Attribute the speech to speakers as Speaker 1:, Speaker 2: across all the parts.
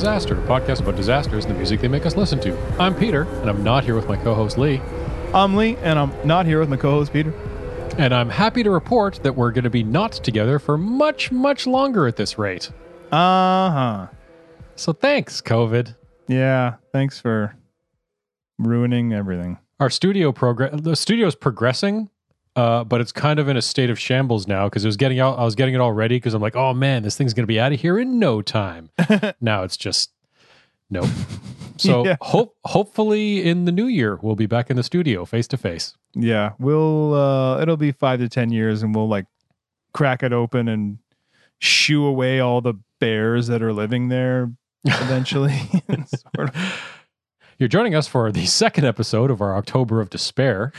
Speaker 1: podcast about disasters and the music they make us listen to. I'm Peter, and I'm not here with my co host Lee.
Speaker 2: I'm Lee, and I'm not here with my co-host Peter.
Speaker 1: And I'm happy to report that we're going to be not together for much, much longer at this rate.
Speaker 2: Uh huh.
Speaker 1: So thanks, COVID.
Speaker 2: Yeah. Thanks for ruining everything.
Speaker 1: Our studio progress, the studio's progressing, uh, but it's kind of in a state of shambles now because it was getting out. I was getting it all ready because I'm like, oh man, this thing's going to be out of here in no time. now it's just nope. So
Speaker 2: Yeah.
Speaker 1: hope hopefully in the new year we'll be back in the studio face to face.
Speaker 2: Yeah. We'll. Uh, it'll be five to ten years, and we'll like crack it open and shoo away all the bears that are living there eventually. sort of.
Speaker 1: You're joining us for the second episode of our October of Despair,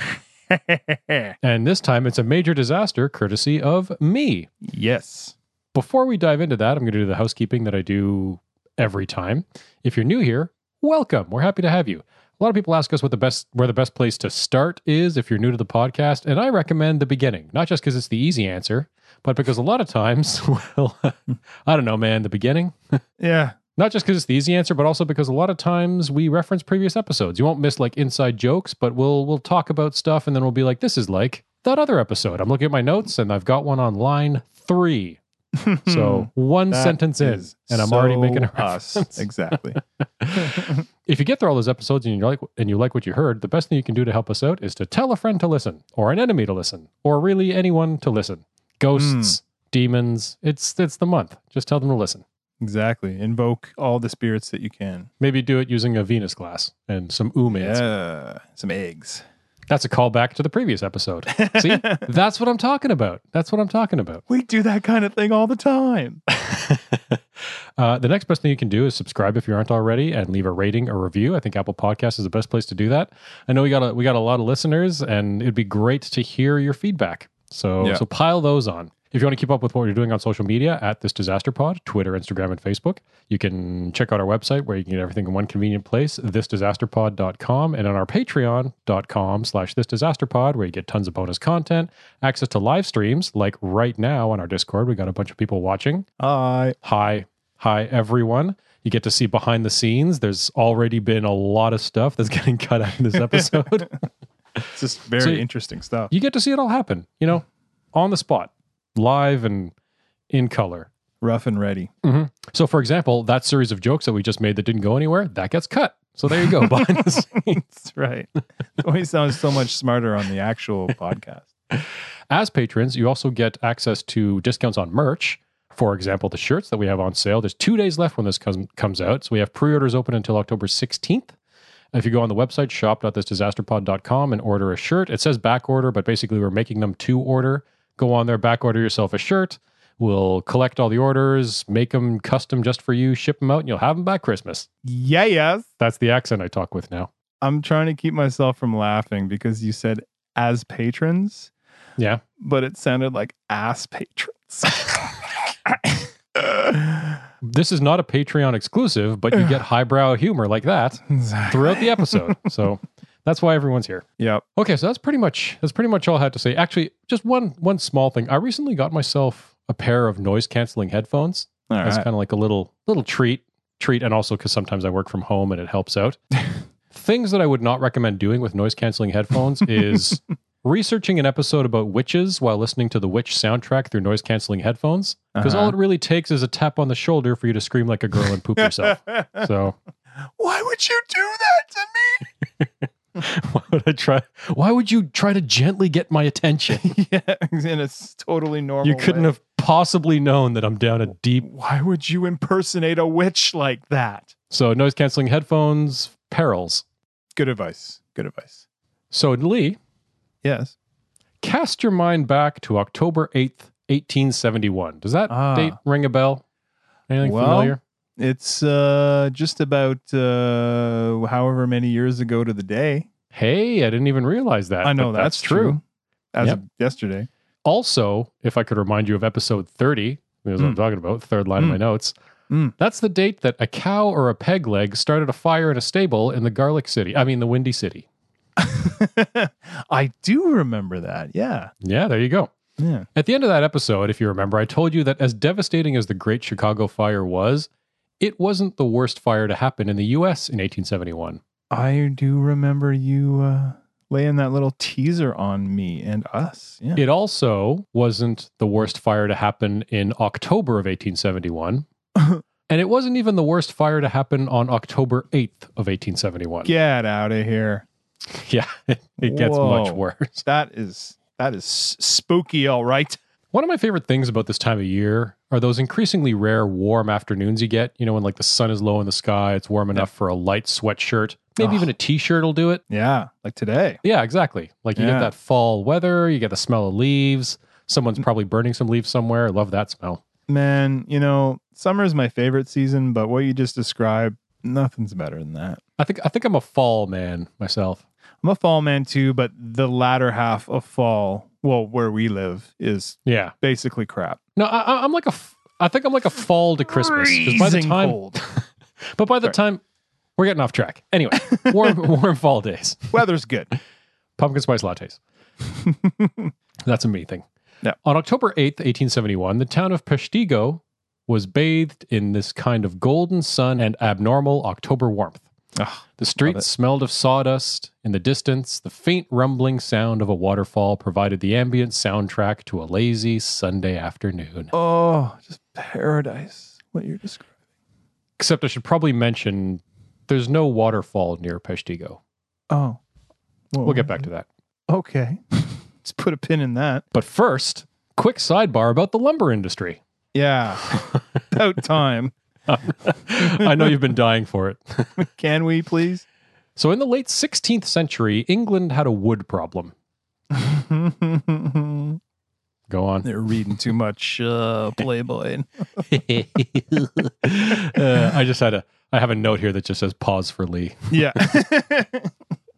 Speaker 1: and this time it's a major disaster courtesy of me.
Speaker 2: yes.
Speaker 1: Before we dive into that, I'm going to do the housekeeping that I do every time. If you're new here, welcome. We're happy to have you. A lot of people ask us what the best where the best place to start is if you're new to the podcast, and I recommend the beginning, not just because it's the easy answer, but because a lot of times, well, I don't know, man, the beginning.
Speaker 2: Yeah.
Speaker 1: Not just because it's the easy answer, but also because a lot of times we reference previous episodes. You won't miss like inside jokes, but we'll we'll talk about stuff and then we'll be like, this is like that other episode. I'm looking at my notes and I've got one on line three. So one
Speaker 2: That
Speaker 1: sentence in,
Speaker 2: is
Speaker 1: and I'm already making a
Speaker 2: so us.
Speaker 1: reference.
Speaker 2: Exactly.
Speaker 1: If you get through all those episodes and you like and you like what you heard, the best thing you can do to help us out is to tell a friend to listen, or an enemy to listen, or really anyone to listen.
Speaker 2: Hmm.
Speaker 1: Ghosts, demons, it's it's the month. Just tell them to listen.
Speaker 2: exactly. Invoke all the spirits that you can.
Speaker 1: Maybe do it using a Venus glass and some umans.
Speaker 2: Yeah. Some eggs.
Speaker 1: That's a callback to the previous episode. See, that's what I'm talking about. That's what I'm talking about.
Speaker 2: We do that kind of thing all the time.
Speaker 1: Uh, the next best thing you can do is subscribe if you aren't already and leave a rating or review. I think Apple Podcast is the best place to do that. I know we got a, we got a lot of listeners, and it'd be great to hear your feedback. So
Speaker 2: Yeah.
Speaker 1: so pile those on. If you want to keep up with what you're doing on social media at this disaster pod, Twitter, Instagram, and Facebook, you can check out our website where you can get everything in one convenient place, thisdisasterpod.com, and on our patreon.com slash thisdisasterpod, where you get tons of bonus content, access to live streams, like right now on our Discord. We got a bunch of people watching.
Speaker 2: I
Speaker 1: Hi, hi, everyone. You get to see behind the scenes. There's already been a lot of stuff that's getting cut out in this episode.
Speaker 2: it's just very
Speaker 1: So-
Speaker 2: interesting stuff.
Speaker 1: you get to see it all happen, you know, on the spot, live and in color.
Speaker 2: Rough and ready.
Speaker 1: So, for example, that series of jokes that we just made that didn't go anywhere, that gets cut. So there you go, behind the scenes.
Speaker 2: That's right. It always sounds so much smarter on the actual podcast.
Speaker 1: As patrons, you also get access to discounts on merch. For example, the shirts that we have on sale. There's two days left when this comes, comes out. So we have pre orders open until October 16th. If you go on the website, shop.thisdisasterpod.com, and order a shirt, it says back order, but basically we're making them to order. Go on there, back order yourself a shirt. We'll collect all the orders, make them custom just for you, ship them out, and you'll have them by Christmas.
Speaker 2: Yeah, yes.
Speaker 1: That's the accent I talk with now.
Speaker 2: I'm trying to keep myself from laughing because you said as patrons,
Speaker 1: Yeah.
Speaker 2: but it sounded like ass patrons.
Speaker 1: This is not a Patreon exclusive, but you get highbrow humor like that. throughout the episode. so that's why everyone's here.
Speaker 2: yep.
Speaker 1: Okay, so that's pretty much that's pretty much all I had to say. Actually, just one one small thing. I recently got myself a pair of noise canceling headphones.
Speaker 2: All
Speaker 1: That's
Speaker 2: right.
Speaker 1: kind of like a little little treat treat, and also because sometimes I work from home and it helps out. Things that I would not recommend doing with noise canceling headphones is researching an episode about witches while listening to the witch soundtrack through noise canceling headphones
Speaker 2: Uh-huh.
Speaker 1: because all it really takes is a tap on the shoulder for you to scream like a girl and poop yourself. so
Speaker 2: Why would you do that to me?
Speaker 1: Why would I try? Why would you try to gently get my attention?
Speaker 2: yeah, in a s- totally normal.
Speaker 1: You couldn't
Speaker 2: way.
Speaker 1: have possibly known that I'm down a deep.
Speaker 2: Why would you impersonate a witch like that?
Speaker 1: So noise canceling headphones, perils.
Speaker 2: Good advice. Good advice.
Speaker 1: So Lee,
Speaker 2: Yes.
Speaker 1: cast your mind back to October 8th, 1871. Does that
Speaker 2: Ah.
Speaker 1: date ring a bell? Anything
Speaker 2: Well,
Speaker 1: familiar?
Speaker 2: It's uh, just about uh, however many years ago to the day.
Speaker 1: Hey, I didn't even realize that.
Speaker 2: I know
Speaker 1: but
Speaker 2: that's, true. As
Speaker 1: Yep.
Speaker 2: of yesterday.
Speaker 1: Also, if I could remind you of episode 30, that's what I'm
Speaker 2: Mm.
Speaker 1: talking about, third line of
Speaker 2: Mm.
Speaker 1: my notes.
Speaker 2: Mm.
Speaker 1: That's the date that a cow or a peg leg started a fire in a stable in the Garlic City. I mean, the Windy City.
Speaker 2: I do remember that. Yeah.
Speaker 1: Yeah, there you go.
Speaker 2: Yeah.
Speaker 1: At the end of that episode, if you remember, I told you that as devastating as the Great Chicago Fire was, it wasn't the worst fire to happen in the US in 1871.
Speaker 2: I do remember you uh, laying that little teaser on me and us. Yeah.
Speaker 1: It also wasn't the worst fire to happen in October of 1871. and it wasn't even the worst fire to happen on October 8th of 1871.
Speaker 2: Get out of here.
Speaker 1: Yeah, it gets much
Speaker 2: Whoa.
Speaker 1: worse.
Speaker 2: That is that is s- spooky, all right.
Speaker 1: One of my favorite things about this time of year are those increasingly rare warm afternoons you get, you know, when like the sun is low in the sky, it's warm enough for a light sweatshirt. Maybe
Speaker 2: Ugh.
Speaker 1: even a t shirt will do it.
Speaker 2: Yeah, like today.
Speaker 1: Yeah, exactly. Like you get
Speaker 2: Yeah.
Speaker 1: that fall weather, you get the smell of leaves. Someone's
Speaker 2: Mm.
Speaker 1: probably burning some leaves somewhere. I love that smell.
Speaker 2: Man, you know, summer's my favorite season, but what you just described, nothing's better than that.
Speaker 1: I think I think I'm a fall man myself.
Speaker 2: I'm a fall man too, but the latter half of fall, well, where we live, is
Speaker 1: Yeah.
Speaker 2: basically crap.
Speaker 1: No, I, I- I'm like a. f- I think I'm like a fall to Christmas. 'Cause By the
Speaker 2: Freezing
Speaker 1: time,
Speaker 2: cold.
Speaker 1: but by the
Speaker 2: Sorry.
Speaker 1: time, we're getting off track. Anyway, warm warm fall days,
Speaker 2: weather's good.
Speaker 1: pumpkin spice lattes. That's a me thing.
Speaker 2: Yeah.
Speaker 1: On October 8th, 1871, the town of Peshtigo was bathed in this kind of golden sun and abnormal October warmth.
Speaker 2: Ugh,
Speaker 1: The
Speaker 2: it.
Speaker 1: streets smelled of sawdust. In the distance, the faint rumbling sound of a waterfall provided the ambient soundtrack to a lazy Sunday afternoon.
Speaker 2: oh, just paradise. What you're describing.
Speaker 1: Except I should probably mention there's no waterfall near Peshtigo.
Speaker 2: Oh,
Speaker 1: We'll get back to that.
Speaker 2: Okay, let's put a pin in that.
Speaker 1: But first, quick sidebar about the lumber industry.
Speaker 2: Yeah, about time.
Speaker 1: I know you've been dying for it.
Speaker 2: Can we please?
Speaker 1: So, in the late 16th century, England had a wood problem.
Speaker 2: They're
Speaker 1: Go on.
Speaker 2: reading too much uh, Playboy.
Speaker 1: Uh, I just had a. I have a note here that just says pause for Lee.
Speaker 2: Yeah.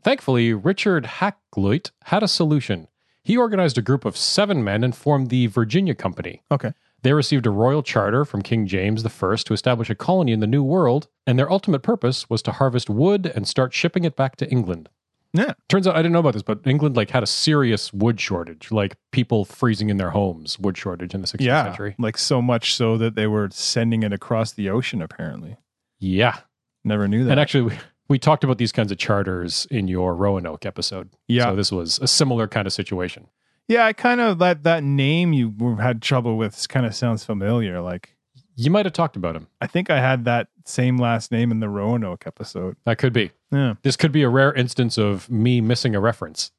Speaker 1: Thankfully, Richard Hakluyt had a solution. He organized a group of seven men and formed the Virginia Company.
Speaker 2: Okay.
Speaker 1: They received a royal charter from King James I to establish a colony in the New World, and their ultimate purpose was to harvest wood and start shipping it back to England.
Speaker 2: Yeah.
Speaker 1: Turns out I didn't know about this, but England like had a serious wood shortage, like people freezing in their homes, wood shortage in the 16th
Speaker 2: yeah.
Speaker 1: century.
Speaker 2: Like so much so that they were sending it across the ocean, apparently.
Speaker 1: Yeah.
Speaker 2: Never knew that.
Speaker 1: And actually we, we talked about these kinds of charters in your Roanoke episode.
Speaker 2: yeah.
Speaker 1: So this was a similar kind of situation.
Speaker 2: yeah. I kind of that that name you were- had trouble with kind of sounds familiar. Like
Speaker 1: You might have talked about him.
Speaker 2: I think I had that same last name in the Roanoke episode.
Speaker 1: That could be.
Speaker 2: Yeah.
Speaker 1: This could be a rare instance of me missing a reference.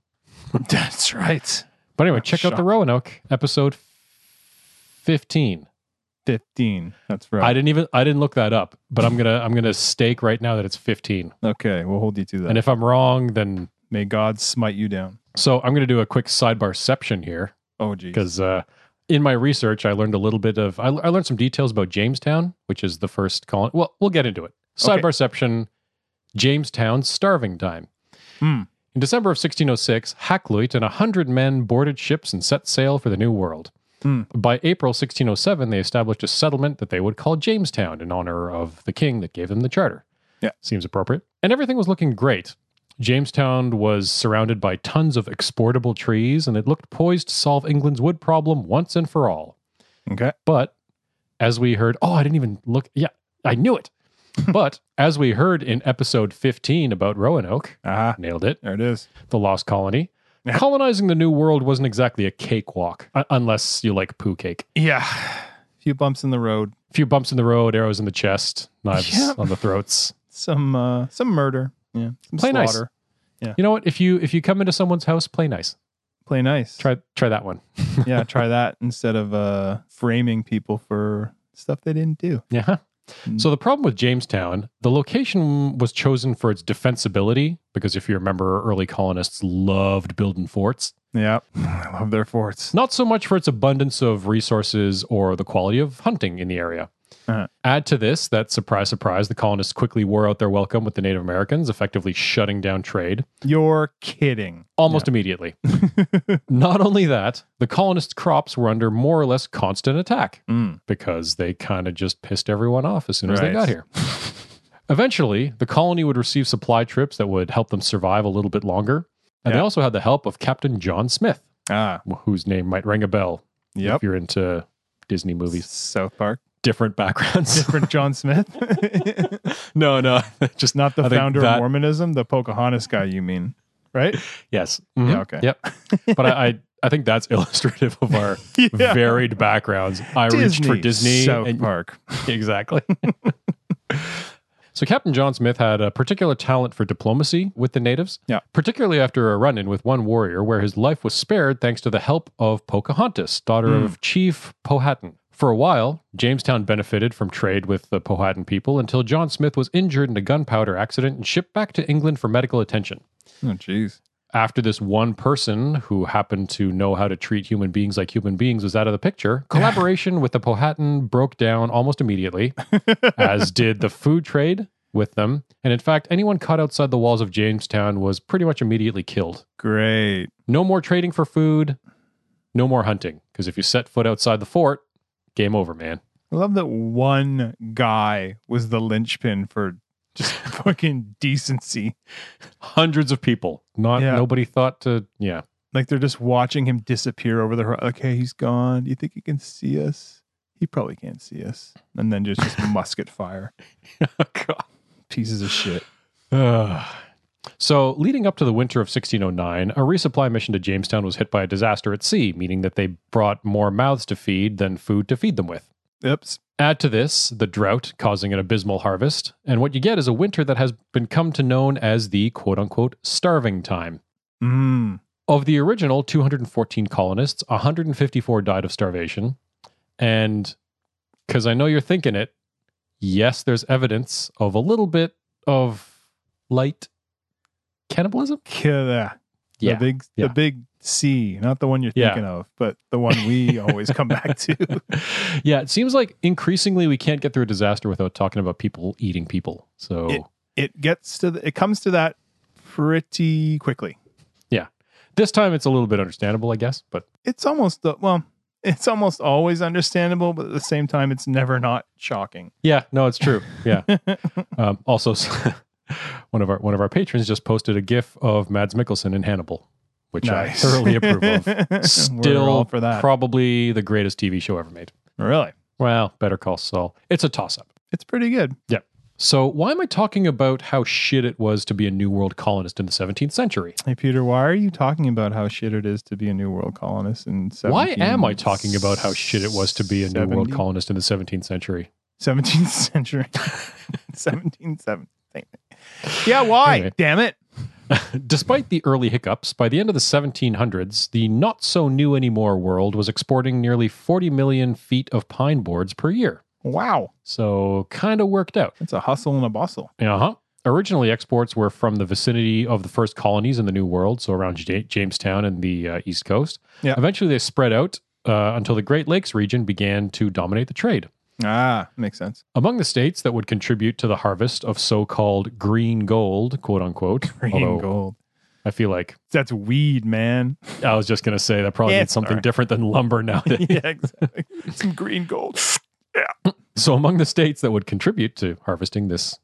Speaker 2: That's right.
Speaker 1: But anyway, check out the
Speaker 2: Shock.
Speaker 1: Roanoke episode 15.
Speaker 2: 15. That's right.
Speaker 1: I didn't even I didn't look that up, but I'm going to I'm going to stake right now that it's 15.
Speaker 2: okay. We'll hold you to that.
Speaker 1: And if I'm wrong, then
Speaker 2: May God smite you down.
Speaker 1: so I'm going to do a quick sidebarception here
Speaker 2: Oh, geez.
Speaker 1: because uh in my research I learned a little bit of I, I learned some details about Jamestown, which is the first colony. Well, we'll get into it.
Speaker 2: Okay.
Speaker 1: Sidebarception Jamestown starving time.
Speaker 2: Hmm.
Speaker 1: In December of 1606, Hakluyt and 100 men boarded ships and set sail for the New World.
Speaker 2: Hmm.
Speaker 1: By April 1607, they established a settlement that they would call Jamestown in honor of the king that gave them the charter.
Speaker 2: Yeah.
Speaker 1: Seems appropriate. And everything was looking great. Jamestown was surrounded by tons of exportable trees, and it looked poised to solve England's wood problem once and for all.
Speaker 2: Okay.
Speaker 1: But as we heard, oh, I didn't even look. Yeah, I knew it. but as we heard in episode 15 about Roanoke,
Speaker 2: Ah,
Speaker 1: nailed it
Speaker 2: there it is.
Speaker 1: the lost colony.
Speaker 2: Yeah.
Speaker 1: Colonizing the New World wasn't exactly a cakewalk, u- unless you like poo cake.
Speaker 2: Yeah. few bumps in the road.
Speaker 1: A few bumps in the road, arrows in the chest, knives
Speaker 2: Yeah.
Speaker 1: on the throats.
Speaker 2: Some uh some murder. Yeah. Some
Speaker 1: Play nice.
Speaker 2: slaughter.
Speaker 1: You know what? If you if you come into someone's house, play nice.
Speaker 2: Play nice.
Speaker 1: Try try that one.
Speaker 2: yeah, try that instead of uh framing people for stuff they didn't do.
Speaker 1: Yeah.
Speaker 2: Mm.
Speaker 1: So the problem with Jamestown, the location was chosen for its defensibility because if you remember, early colonists loved building forts.
Speaker 2: Yeah. I love their forts.
Speaker 1: Not so much for its abundance of resources or the quality of hunting in the area.
Speaker 2: Uh-huh.
Speaker 1: Add to this that, surprise, surprise, the colonists quickly wore out their welcome with the Native Americans, effectively shutting down trade
Speaker 2: You're kidding.
Speaker 1: almost immediately. Not only that, the colonists' crops were under more or less constant attack
Speaker 2: Mm.
Speaker 1: because they kind of just pissed everyone off as soon as they
Speaker 2: Right.
Speaker 1: got here. Eventually, the colony would receive supply trips that would help them survive a little bit longer. And they
Speaker 2: Yeah.
Speaker 1: also had the help of Captain John Smith,
Speaker 2: Ah,
Speaker 1: whose name might ring a bell
Speaker 2: yep.
Speaker 1: if you're into Disney movies.
Speaker 2: South Park.
Speaker 1: different backgrounds.
Speaker 2: Different John Smith.
Speaker 1: no, no, just
Speaker 2: Not the
Speaker 1: I think
Speaker 2: founder
Speaker 1: that-
Speaker 2: of Mormonism, the Pocahontas guy, you mean, right?
Speaker 1: yes. Mm-hmm.
Speaker 2: Yeah, okay.
Speaker 1: Yep. But I, I, I think that's illustrative of our varied backgrounds. I reached for Disney.
Speaker 2: South
Speaker 1: and-
Speaker 2: Park.
Speaker 1: exactly. so Captain John Smith had a particular talent for diplomacy with the natives.
Speaker 2: Yeah.
Speaker 1: Particularly after a run-in with one warrior, where his life was spared thanks to the help of Pocahontas, daughter of Chief Powhatan. For a while, Jamestown benefited from trade with the Powhatan people until John Smith was injured in a gunpowder accident and shipped back to England for medical attention
Speaker 2: Oh, jeez.
Speaker 1: after this one person who happened to know how to treat human beings like human beings was out of the picture, collaboration with the Powhatan broke down almost immediately, as did the food trade with them. And in fact, anyone caught outside the walls of Jamestown was pretty much immediately killed.
Speaker 2: Great.
Speaker 1: No more trading for food, no more hunting. Because if you set foot outside the fort, game over, man.
Speaker 2: I love that one guy was the linchpin for just fucking decency.
Speaker 1: Hundreds of people. Not
Speaker 2: Yeah.
Speaker 1: nobody thought to yeah.
Speaker 2: Like they're just watching him disappear over the horizon. Okay, he's gone. Do you think he can see us? He probably can't see us. And then just, just musket fire.
Speaker 1: God.
Speaker 2: Pieces of shit.
Speaker 1: Ugh. so, leading up to the winter of 1609, a resupply mission to Jamestown was hit by a disaster at sea, meaning that they brought more mouths to feed than food to feed them with.
Speaker 2: Oops.
Speaker 1: Add to this the drought causing an abysmal harvest, and what you get is a winter that has been come to known as the quote unquote starving time.
Speaker 2: Mm.
Speaker 1: Of the original 214 colonists, 154 died of starvation. And because I know you're thinking it, yes, there's evidence of a little bit of light cannibalism.
Speaker 2: Killer. The big,
Speaker 1: yeah.
Speaker 2: the big C, not the one you're
Speaker 1: Yeah.
Speaker 2: thinking of, but the one we always come back to.
Speaker 1: yeah, it seems like increasingly we can't get through a disaster without talking about people eating people. So
Speaker 2: It gets to, the, it comes to that pretty quickly.
Speaker 1: this time it's a little bit understandable, I guess, but
Speaker 2: It's almost the, well, it's almost always understandable, but at the same time, it's never not shocking.
Speaker 1: Yeah, no, it's true. Yeah. um, also, one of our one of our patrons just posted a GIF of Mads Mikkelsen in Hannibal, which
Speaker 2: Nice.
Speaker 1: I thoroughly approve of.
Speaker 2: We're all
Speaker 1: Still,
Speaker 2: for that.
Speaker 1: probably the greatest TV show ever made.
Speaker 2: really,
Speaker 1: Well, Better Call Saul. It's a toss up.
Speaker 2: it's pretty good.
Speaker 1: So, why am I talking about how shit it was to be a New World colonist in the 17th century?
Speaker 2: Hey, Peter, why are you talking about how shit it is to be a New World colonist? And
Speaker 1: Why am I talking about how shit it was to be a New World colonist in the 17th century?
Speaker 2: Seventeenth century, seventeen seventy. Yeah, why?
Speaker 1: Anyway.
Speaker 2: Damn it!
Speaker 1: Despite the early hiccups, by the end of the 1700s, the not so new anymore world was exporting nearly 40 million feet of pine boards per year.
Speaker 2: Wow,
Speaker 1: So, kind of worked out.
Speaker 2: it's a hustle and a bustle.
Speaker 1: Uh huh. Originally, exports were from the vicinity of the first colonies in the New World, so around J- Jamestown and the uh, East Coast.
Speaker 2: Yeah.
Speaker 1: Eventually, they spread out uh, until the Great Lakes region began to dominate the trade.
Speaker 2: Ah, makes sense.
Speaker 1: Among the states that would contribute to the harvest of so called green gold, quote unquote,
Speaker 2: Green
Speaker 1: although
Speaker 2: gold.
Speaker 1: I feel like
Speaker 2: That's weed, man.
Speaker 1: I was just gonna say that probably
Speaker 2: Yeah,
Speaker 1: means something
Speaker 2: sorry.
Speaker 1: different than lumber nowadays.
Speaker 2: yeah, exactly. Some green gold.
Speaker 1: So among the states that would contribute to harvesting this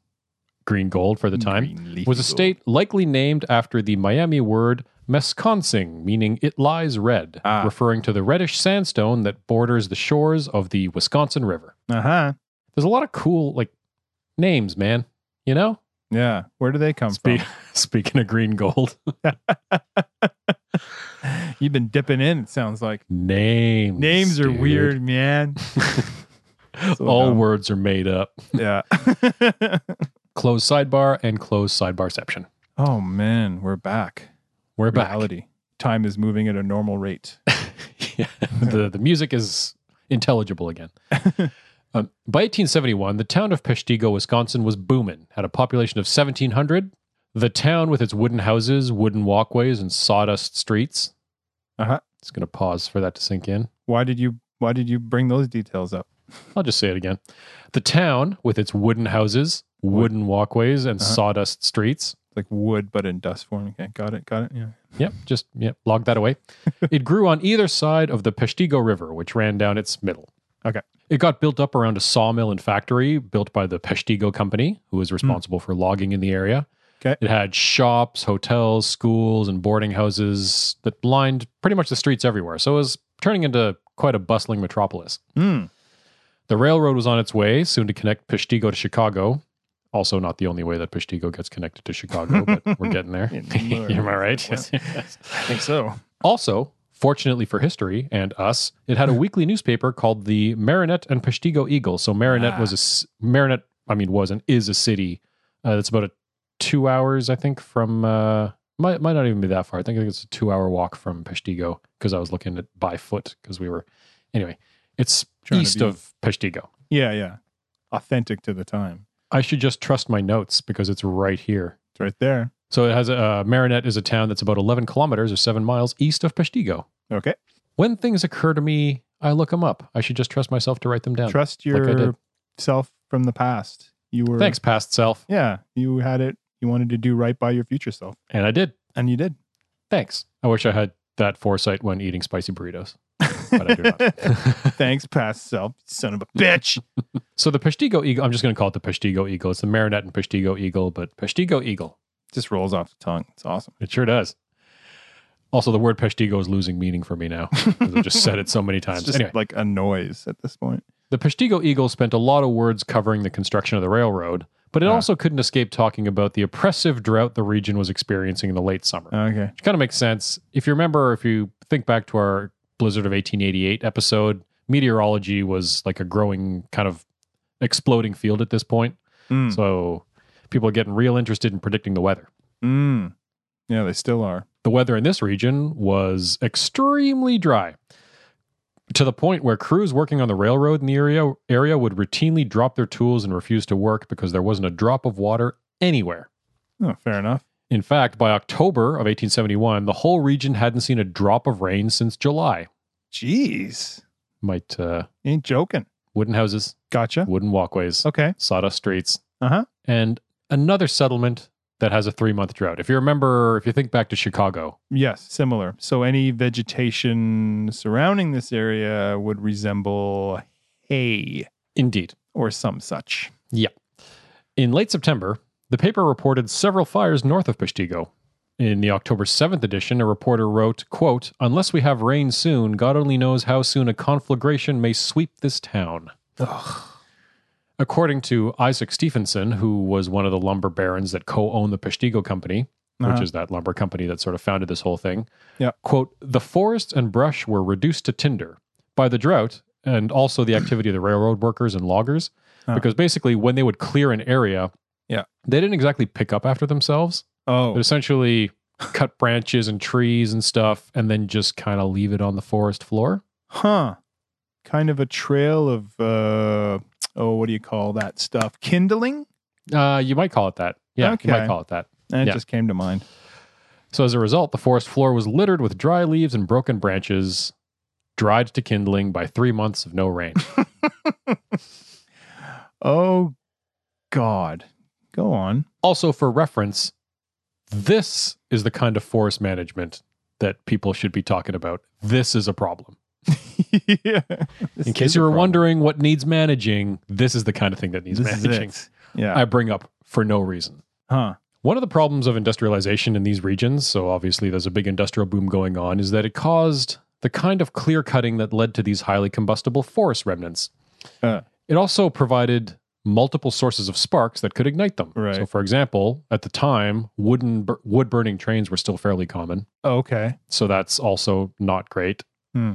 Speaker 1: green gold for the time
Speaker 2: Green leafy
Speaker 1: was a
Speaker 2: gold.
Speaker 1: state likely named after the Miami word Mesconsing, meaning it lies red,
Speaker 2: Ah.
Speaker 1: referring to the reddish sandstone that borders the shores of the Wisconsin River.
Speaker 2: Uh huh.
Speaker 1: There's a lot of cool like names, man. You know?
Speaker 2: Yeah. Where do they come
Speaker 1: Spe- speaking of green gold.
Speaker 2: from? You've been dipping in. It sounds like
Speaker 1: Names.
Speaker 2: names are
Speaker 1: dude.
Speaker 2: weird, man. So
Speaker 1: All
Speaker 2: dumb.
Speaker 1: words are made up.
Speaker 2: Yeah.
Speaker 1: Close sidebar and close sidebarception.
Speaker 2: oh man, we're back.
Speaker 1: We're back.
Speaker 2: Reality. Time is moving at a normal rate.
Speaker 1: yeah, the the music is intelligible again. um, by 1871, the town of Peshtigo, Wisconsin, was booming. Had a population of 1,700. The town, with its wooden houses, wooden walkways, and sawdust streets.
Speaker 2: Uh-huh.
Speaker 1: Just gonna pause for that to sink in.
Speaker 2: Why did you why did you bring those details up?
Speaker 1: I'll just say it again. The town, with its wooden houses, wooden walkways, and
Speaker 2: Uh-huh.
Speaker 1: sawdust streets.
Speaker 2: Like wood but in dust form. Okay, got it, got it. Yeah.
Speaker 1: Yep, just yep, log that away. it grew on either side of the Peshtigo River, which ran down its middle.
Speaker 2: Okay.
Speaker 1: It got built up around a sawmill and factory built by the Peshtigo Company, who was responsible for logging in the area.
Speaker 2: Hmm. Okay.
Speaker 1: It had shops, hotels, schools, and boarding houses that lined pretty much the streets everywhere. So it was turning into quite a bustling metropolis.
Speaker 2: Hmm.
Speaker 1: The railroad was on its way soon to connect Peshtigo to Chicago. Also, not the only way that Peshtigo gets connected to Chicago, but we're getting there.
Speaker 2: In
Speaker 1: Am
Speaker 2: Miller.
Speaker 1: I right?
Speaker 2: Well.
Speaker 1: Yes.
Speaker 2: I think so.
Speaker 1: Also, fortunately for history and us, it had a weekly newspaper called the Marinette and Peshtigo Eagle. So Marinette
Speaker 2: Ah.
Speaker 1: was a s- Marinette. I mean, was and is a city uh, that's about a two hours, I think, from uh, might might not even be that far. I think it's a two hour walk from Peshtigo because I was looking at by foot because we were anyway. It's
Speaker 2: Trying to
Speaker 1: east
Speaker 2: be-
Speaker 1: of Peshtigo.
Speaker 2: Yeah, yeah. Authentic to the time.
Speaker 1: I should just trust my notes because it's right here.
Speaker 2: It's right there.
Speaker 1: So it has uh, Marinette is a town that's about 11 kilometers or seven miles east of Peshtigo.
Speaker 2: Okay.
Speaker 1: When things occur to me, I look them up. I should just trust myself to write them down.
Speaker 2: Trust
Speaker 1: Like I did.
Speaker 2: your self from the past. You were
Speaker 1: Thanks, past self.
Speaker 2: Yeah, you had it. You wanted to do right by your future self,
Speaker 1: And I did.
Speaker 2: and you did.
Speaker 1: Thanks. I wish I had that foresight when eating spicy burritos, but I do not.
Speaker 2: Thanks, past self, son of a bitch.
Speaker 1: so the Peshtigo Eagle, I'm just going to call it the Peshtigo Eagle. It's the Marinette and Peshtigo Eagle, but Peshtigo Eagle.
Speaker 2: Just rolls off the tongue. It's awesome.
Speaker 1: It sure does. Also, the word Peshtigo is losing meaning for me now 'cause I've just said it so many
Speaker 2: It's
Speaker 1: times.
Speaker 2: just
Speaker 1: Anyway,
Speaker 2: like a noise at this point.
Speaker 1: the Peshtigo Eagle spent a lot of words covering the construction of the railroad, but it
Speaker 2: Ah.
Speaker 1: also couldn't escape talking about the oppressive drought the region was experiencing in the late summer.
Speaker 2: Okay.
Speaker 1: which kind of makes sense. If you remember, if you think back to our Blizzard of 1888 episode, meteorology was like a growing kind of exploding field at this point.
Speaker 2: Mm.
Speaker 1: So people are getting real interested in predicting the weather.
Speaker 2: Mm. Yeah, they still are.
Speaker 1: The weather in this region was extremely dry to the point where crews working on the railroad in the area area would routinely drop their tools and refuse to work because there wasn't a drop of water anywhere.
Speaker 2: Oh, fair enough.
Speaker 1: In fact, by October of 1871, the whole region hadn't seen a drop of rain since July.
Speaker 2: Jeez,
Speaker 1: might uh,
Speaker 2: you ain't joking.
Speaker 1: wooden houses,
Speaker 2: Gotcha.
Speaker 1: wooden walkways,
Speaker 2: Okay.
Speaker 1: sawdust streets,
Speaker 2: Uh-huh.
Speaker 1: and another settlement that has a three month drought. If you remember, if you think back to Chicago,
Speaker 2: Yes, similar. So any vegetation surrounding this area would resemble hay
Speaker 1: indeed,
Speaker 2: or some such.
Speaker 1: in late September, the paper reported several fires north of Peshtigo. In the October 7th edition, a reporter wrote, quote, Unless we have rain soon, God only knows how soon a conflagration may sweep this town.
Speaker 2: Ugh.
Speaker 1: According to Isaac Stephenson, who was one of the lumber barons that co owned the Peshtigo Company, which
Speaker 2: Uh-huh.
Speaker 1: is that lumber company that sort of founded this whole thing.
Speaker 2: Yeah.
Speaker 1: Quote, the forests and brush were reduced to tinder by the drought and also the activity of the railroad workers and loggers.
Speaker 2: Huh.
Speaker 1: Because basically when they would clear an area,
Speaker 2: Uh-huh. Yeah.
Speaker 1: they didn't exactly pick up after themselves. They
Speaker 2: oh,
Speaker 1: essentially cut branches and trees and stuff and then just kind of leave it on the forest floor.
Speaker 2: huh. Kind of a trail of uh oh, what do you call that stuff? Kindling?
Speaker 1: Uh, you might call it that. Yeah, you might
Speaker 2: Okay.
Speaker 1: call it that.
Speaker 2: And it
Speaker 1: Yeah.
Speaker 2: just came to mind.
Speaker 1: So as a result, the forest floor was littered with dry leaves and broken branches, dried to kindling by three months of no rain.
Speaker 2: Oh God. Go on.
Speaker 1: Also, for reference, this is the kind of forest management that people should be talking about. This is a problem.
Speaker 2: yeah.
Speaker 1: In case you were wondering what needs managing, this is the kind of thing that needs managing.
Speaker 2: Yeah.
Speaker 1: I bring up for no reason.
Speaker 2: huh.
Speaker 1: One of the problems of industrialization in these regions, so obviously there's a big industrial boom going on, is that it caused the kind of clear cutting that led to these highly combustible forest remnants.
Speaker 2: Uh.
Speaker 1: It also provided multiple sources of sparks that could ignite them.
Speaker 2: Right.
Speaker 1: So, for example, at the time, wooden bur- wood burning trains were still fairly common,
Speaker 2: Oh, Okay.
Speaker 1: so that's also not great.
Speaker 2: Hmm.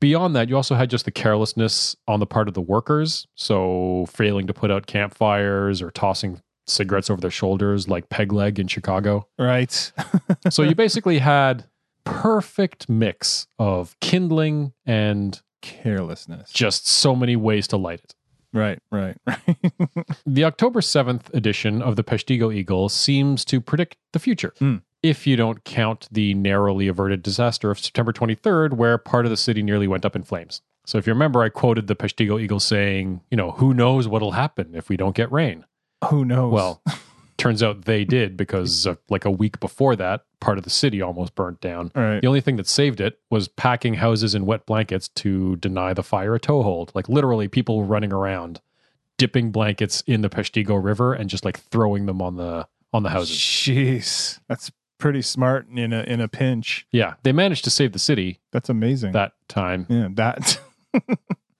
Speaker 1: Beyond that, you also had just the carelessness on the part of the workers, so failing to put out campfires or tossing cigarettes over their shoulders like peg leg in Chicago
Speaker 2: Right.
Speaker 1: so you basically had perfect mix of kindling and
Speaker 2: Carelessness.
Speaker 1: just so many ways to light it.
Speaker 2: Right, right, right.
Speaker 1: The October 7th edition of the Peshtigo Eagle seems to predict the future.
Speaker 2: Hmm.
Speaker 1: If you don't count the narrowly averted disaster of September 23rd, where part of the city nearly went up in flames. So, if you remember, I quoted the Peshtigo Eagle saying, you know, who knows what'll happen if we don't get rain?
Speaker 2: Who knows?
Speaker 1: Well, turns out they did because, uh, like, a week before that, part of the city almost burnt down.
Speaker 2: all right.
Speaker 1: The only thing that saved it was packing houses in wet blankets to deny the fire a toehold. Like literally, people running around, dipping blankets in the Peshtigo River and just like throwing them on the on the houses.
Speaker 2: Jeez, that's pretty smart in a in a pinch.
Speaker 1: Yeah, they managed to save the city
Speaker 2: That's amazing.
Speaker 1: that time.
Speaker 2: yeah, that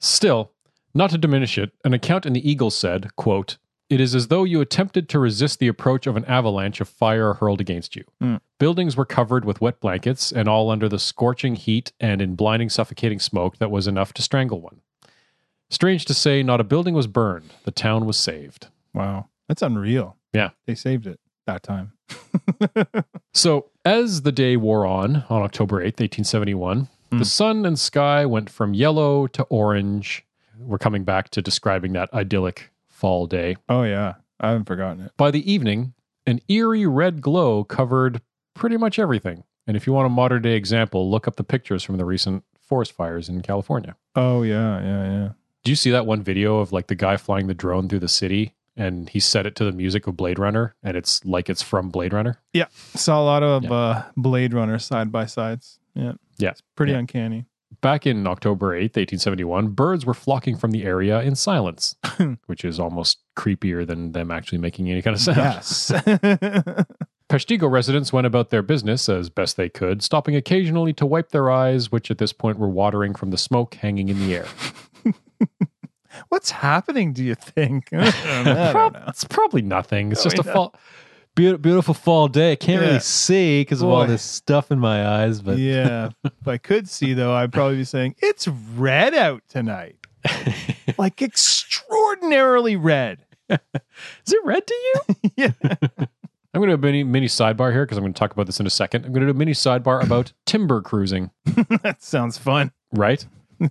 Speaker 1: Still, Not to diminish it, an account in the Eagle said, quote, It is as though you attempted to resist the approach of an avalanche of fire hurled against you.
Speaker 2: Hmm.
Speaker 1: Buildings were covered with wet blankets and all under the scorching heat and in blinding, suffocating smoke that was enough to strangle one. Strange to say, not a building was burned. The town was saved.
Speaker 2: Wow. That's unreal.
Speaker 1: Yeah.
Speaker 2: They saved it that time.
Speaker 1: So, as the day wore on, on October 8th, 1871,
Speaker 2: Mm.
Speaker 1: the sun and sky went from yellow to orange. We're coming back to describing that idyllic fall day.
Speaker 2: Oh, yeah. I haven't forgotten it.
Speaker 1: By the evening, an eerie red glow covered pretty much everything. And if you want a modern day example, look up the pictures from the recent forest fires in California.
Speaker 2: Oh, yeah. Yeah. Yeah.
Speaker 1: Do you see that one video of like the guy flying the drone through the city and he set it to the music of Blade Runner and it's like it's from Blade Runner?
Speaker 2: Saw a lot of
Speaker 1: Yeah.
Speaker 2: uh, Blade Runner side by sides. Yeah.
Speaker 1: Yeah.
Speaker 2: It's pretty
Speaker 1: Yeah.
Speaker 2: uncanny.
Speaker 1: Back in October 8th, 1871, birds were flocking from the area in silence, which is almost creepier than them actually making any kind of sound.
Speaker 2: Yes.
Speaker 1: Peshtigo residents went about their business as best they could, stopping occasionally to wipe their eyes, which at this point were watering from the smoke hanging in the air.
Speaker 2: What's happening, do you think? I don't know. I
Speaker 1: Prob-
Speaker 2: don't know.
Speaker 1: it's probably nothing. It's
Speaker 2: No,
Speaker 1: just
Speaker 2: we
Speaker 1: a
Speaker 2: don't.
Speaker 1: fall, be- beautiful fall day. I can't
Speaker 2: Yeah.
Speaker 1: really see because of all
Speaker 2: Boy.
Speaker 1: this stuff in my eyes, but
Speaker 2: yeah. If I could see though, I'd probably be saying it's red out tonight, like extraordinarily red.
Speaker 1: is it red to you?
Speaker 2: Yeah.
Speaker 1: I'm going to do a mini, mini sidebar here because I'm going to talk about this in a second. I'm going to do a mini sidebar about timber cruising,
Speaker 2: that sounds fun.
Speaker 1: right?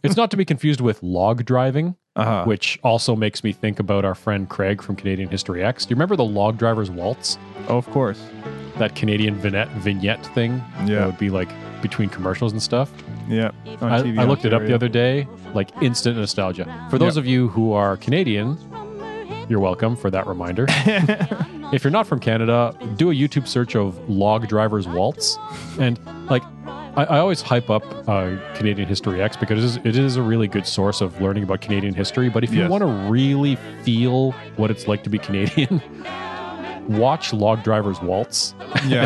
Speaker 1: it's not to be confused with log driving,
Speaker 2: Uh-huh.
Speaker 1: which also makes me think about our friend Craig from Canadian History X. Do you remember the log driver's waltz?
Speaker 2: Oh, of course.
Speaker 1: that Canadian vignette vignette thing.
Speaker 2: Yeah.
Speaker 1: that would be like between commercials and stuff.
Speaker 2: Yeah. On
Speaker 1: I,
Speaker 2: TV
Speaker 1: I looked it up
Speaker 2: Ontario.
Speaker 1: the other day. Like instant nostalgia. For those
Speaker 2: Yeah.
Speaker 1: of you who are Canadian, you're welcome for that reminder. if you're not from Canada, do a YouTube search of Log Driver's Waltz, and like. I, I always hype up uh, Canadian History X because it is, it is a really good source of learning about Canadian history. But if you
Speaker 2: Yes.
Speaker 1: want to really feel what it's like to be Canadian, watch Log Driver's Waltz
Speaker 2: yeah.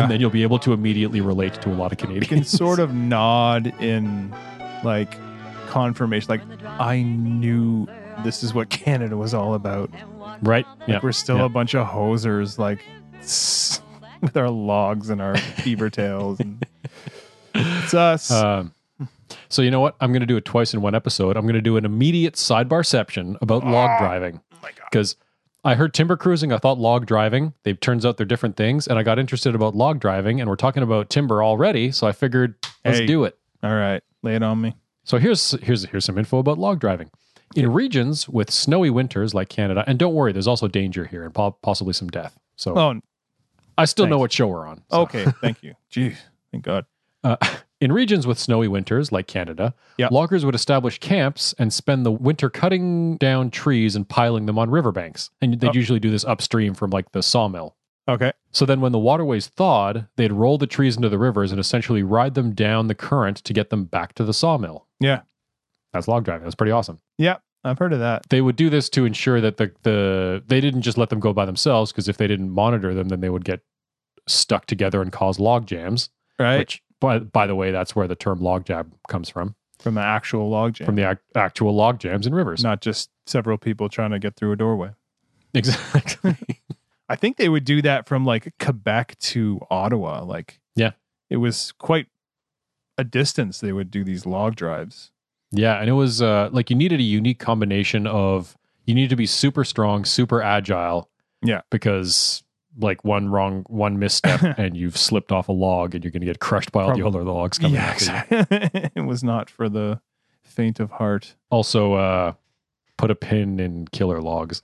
Speaker 1: and then you'll be able to immediately relate to a lot of
Speaker 2: you can
Speaker 1: Canadians.
Speaker 2: sort of nod in like confirmation, like I knew this is what Canada was all about.
Speaker 1: right? Yeah.
Speaker 2: We're still
Speaker 1: Yeah.
Speaker 2: a bunch of hosers, like with our logs and our beaver tails. And it's us.
Speaker 1: Um, so you know what? I'm going to do it twice in one episode. I'm going to do an immediate sidebarception
Speaker 2: Oh
Speaker 1: about log driving because I heard timber cruising. I thought log driving. They turns out they're different things, and I got interested about log driving, and we're talking about timber already. So I figured let's
Speaker 2: Hey.
Speaker 1: do it.
Speaker 2: All right, lay it on me.
Speaker 1: So here's here's here's some info about log driving. In regions with snowy winters like Canada, and don't worry, there's also danger here and po- possibly some death. So
Speaker 2: Oh,
Speaker 1: I still know
Speaker 2: thanks.
Speaker 1: what show we're on. so.
Speaker 2: okay. Thank you. Jeez, thank God.
Speaker 1: Uh, in regions with snowy winters, like Canada,
Speaker 2: Yeah.
Speaker 1: loggers would establish camps and spend the winter cutting down trees and piling them on riverbanks. And they'd
Speaker 2: Oh.
Speaker 1: usually do this upstream from like the sawmill.
Speaker 2: Okay.
Speaker 1: So then, when the waterways thawed, they'd roll the trees into the rivers and essentially ride them down the current to get them back to the sawmill.
Speaker 2: Yeah.
Speaker 1: That's log driving. That's pretty awesome.
Speaker 2: I've heard of that.
Speaker 1: They would do this to ensure that the, the they didn't just let them go by themselves because if they didn't monitor them, then they would get stuck together and cause log jams.
Speaker 2: Right.
Speaker 1: Which, by, by the way, that's where the term log jam comes from.
Speaker 2: From the actual log jam.
Speaker 1: from the ac- actual log jams and rivers.
Speaker 2: not just several people trying to get through a doorway.
Speaker 1: Exactly.
Speaker 2: I think they would do that from like Quebec to Ottawa. Like,
Speaker 1: Yeah.
Speaker 2: It was quite a distance they would do these log drives.
Speaker 1: yeah, and it was uh, like you needed a unique combination of you needed to be super strong, super agile.
Speaker 2: Yeah.
Speaker 1: because like one wrong, one misstep, and you've slipped off a log, and you're going to get crushed by all the
Speaker 2: Prob-
Speaker 1: other logs coming.
Speaker 2: yeah,
Speaker 1: after you.
Speaker 2: exactly. it was not for the faint of heart.
Speaker 1: Also, uh, put a pin in killer logs.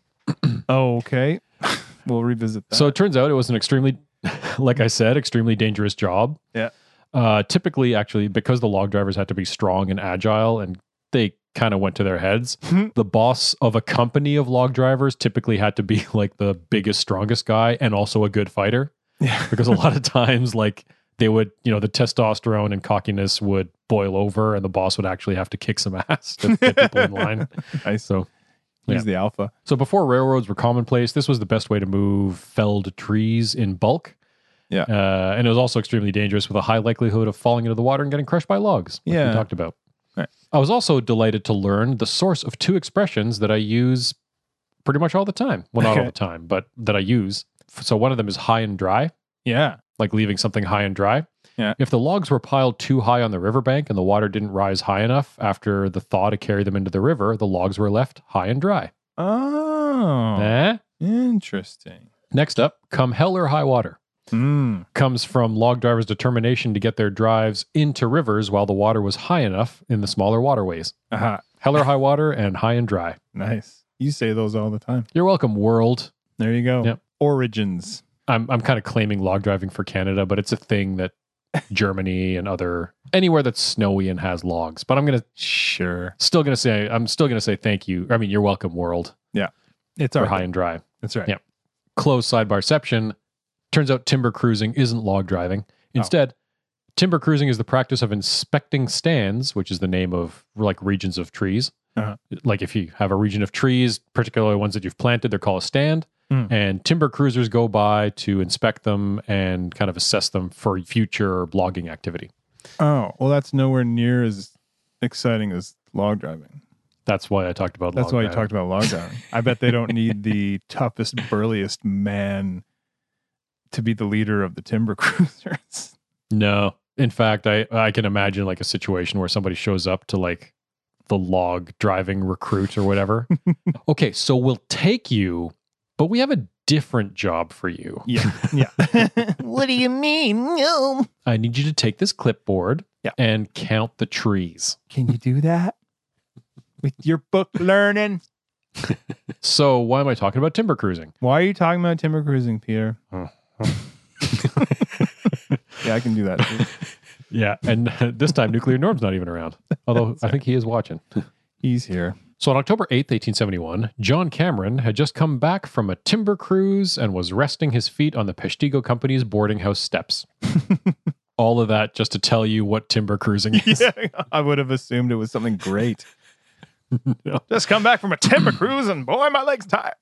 Speaker 2: Oh, okay. we'll revisit that.
Speaker 1: Hmm. So it turns out it was an extremely, like I said, extremely dangerous job.
Speaker 2: Yeah.
Speaker 1: Uh, typically, actually, because the log drivers had to be strong and agile and they kind of went to their heads, the boss of a company of log drivers typically had to be like the biggest, strongest guy and also a good fighter
Speaker 2: yeah.
Speaker 1: because a lot of times, like, they would, you know, the testosterone and cockiness would boil over and the boss would actually have to kick some ass to get people in line.
Speaker 2: Nice.
Speaker 1: So
Speaker 2: He's
Speaker 1: Yeah.
Speaker 2: the alpha.
Speaker 1: so before railroads were commonplace, this was the best way to move felled trees in bulk.
Speaker 2: Yeah.
Speaker 1: Uh, and it was also extremely dangerous with a high likelihood of falling into the water and getting crushed by logs. Like
Speaker 2: Yeah.
Speaker 1: We talked about.
Speaker 2: Right.
Speaker 1: I was also delighted to learn the source of two expressions that I use pretty much all the time. Well, not all
Speaker 2: Okay.
Speaker 1: the time, but that I use. F- So one of them is high and dry,
Speaker 2: Yeah.
Speaker 1: like leaving something high and dry.
Speaker 2: Yeah.
Speaker 1: If the logs were piled too high on the riverbank and the water didn't rise high enough after the thaw to carry them into the river, the logs were left high and dry.
Speaker 2: Oh,
Speaker 1: Eh?
Speaker 2: interesting.
Speaker 1: Next up, come hell or high water.
Speaker 2: Mm.
Speaker 1: comes from log drivers' determination to get their drives into rivers while the water was high enough in the smaller waterways.
Speaker 2: Aha.
Speaker 1: Hell or high water and high and dry.
Speaker 2: Nice. You say those all the time.
Speaker 1: You're welcome, world.
Speaker 2: There you go.
Speaker 1: Yep.
Speaker 2: Origins.
Speaker 1: I'm I'm kind of claiming log driving for Canada, but it's a thing that Germany and other anywhere that's snowy and has logs. But I'm gonna
Speaker 2: Sure.
Speaker 1: still gonna say I'm still gonna say thank you. I mean, you're welcome, world.
Speaker 2: It's
Speaker 1: Or
Speaker 2: our
Speaker 1: high and dry.
Speaker 2: That's right.
Speaker 1: Yeah. Closed sidebarception. Turns out timber cruising isn't log driving. Instead, timber cruising is the practice of inspecting stands, which is the name of like regions of trees.
Speaker 2: Uh-huh.
Speaker 1: Like if you have a region of trees, particularly ones that you've planted, they're called a stand.
Speaker 2: Mm.
Speaker 1: And timber cruisers go by to inspect them and kind of assess them for future logging activity.
Speaker 2: Oh, well, that's nowhere near as exciting as log driving.
Speaker 1: That's why I talked about.
Speaker 2: That's
Speaker 1: log
Speaker 2: why you
Speaker 1: driving.
Speaker 2: talked about log driving. I bet they don't need the toughest, burliest man to be the leader of the timber cruisers.
Speaker 1: No. In fact, I I can imagine like a situation where somebody shows up to like the log driving recruit or whatever. okay, so we'll take you, but we have a different job for you.
Speaker 2: Yeah. Yeah. what do you mean? No.
Speaker 1: I need you to take this clipboard
Speaker 2: Yeah.
Speaker 1: and count the trees.
Speaker 2: Can you do that? With your book learning.
Speaker 1: So why am I talking about timber cruising?
Speaker 2: Why are you talking about timber cruising, Peter?
Speaker 1: Oh.
Speaker 2: yeah, I can do that. too.
Speaker 1: Yeah, and this time nuclear norm's not even around. Although I think he is watching.
Speaker 2: He's here.
Speaker 1: So on October 8th, 1871, John Cameron had just come back from a timber cruise and was resting his feet on the Peshtigo Company's boarding house steps. All of that just to tell you what timber cruising is.
Speaker 2: I would have assumed it was something great.
Speaker 1: No.
Speaker 2: Just come back from a timber cruise and boy, my legs tired.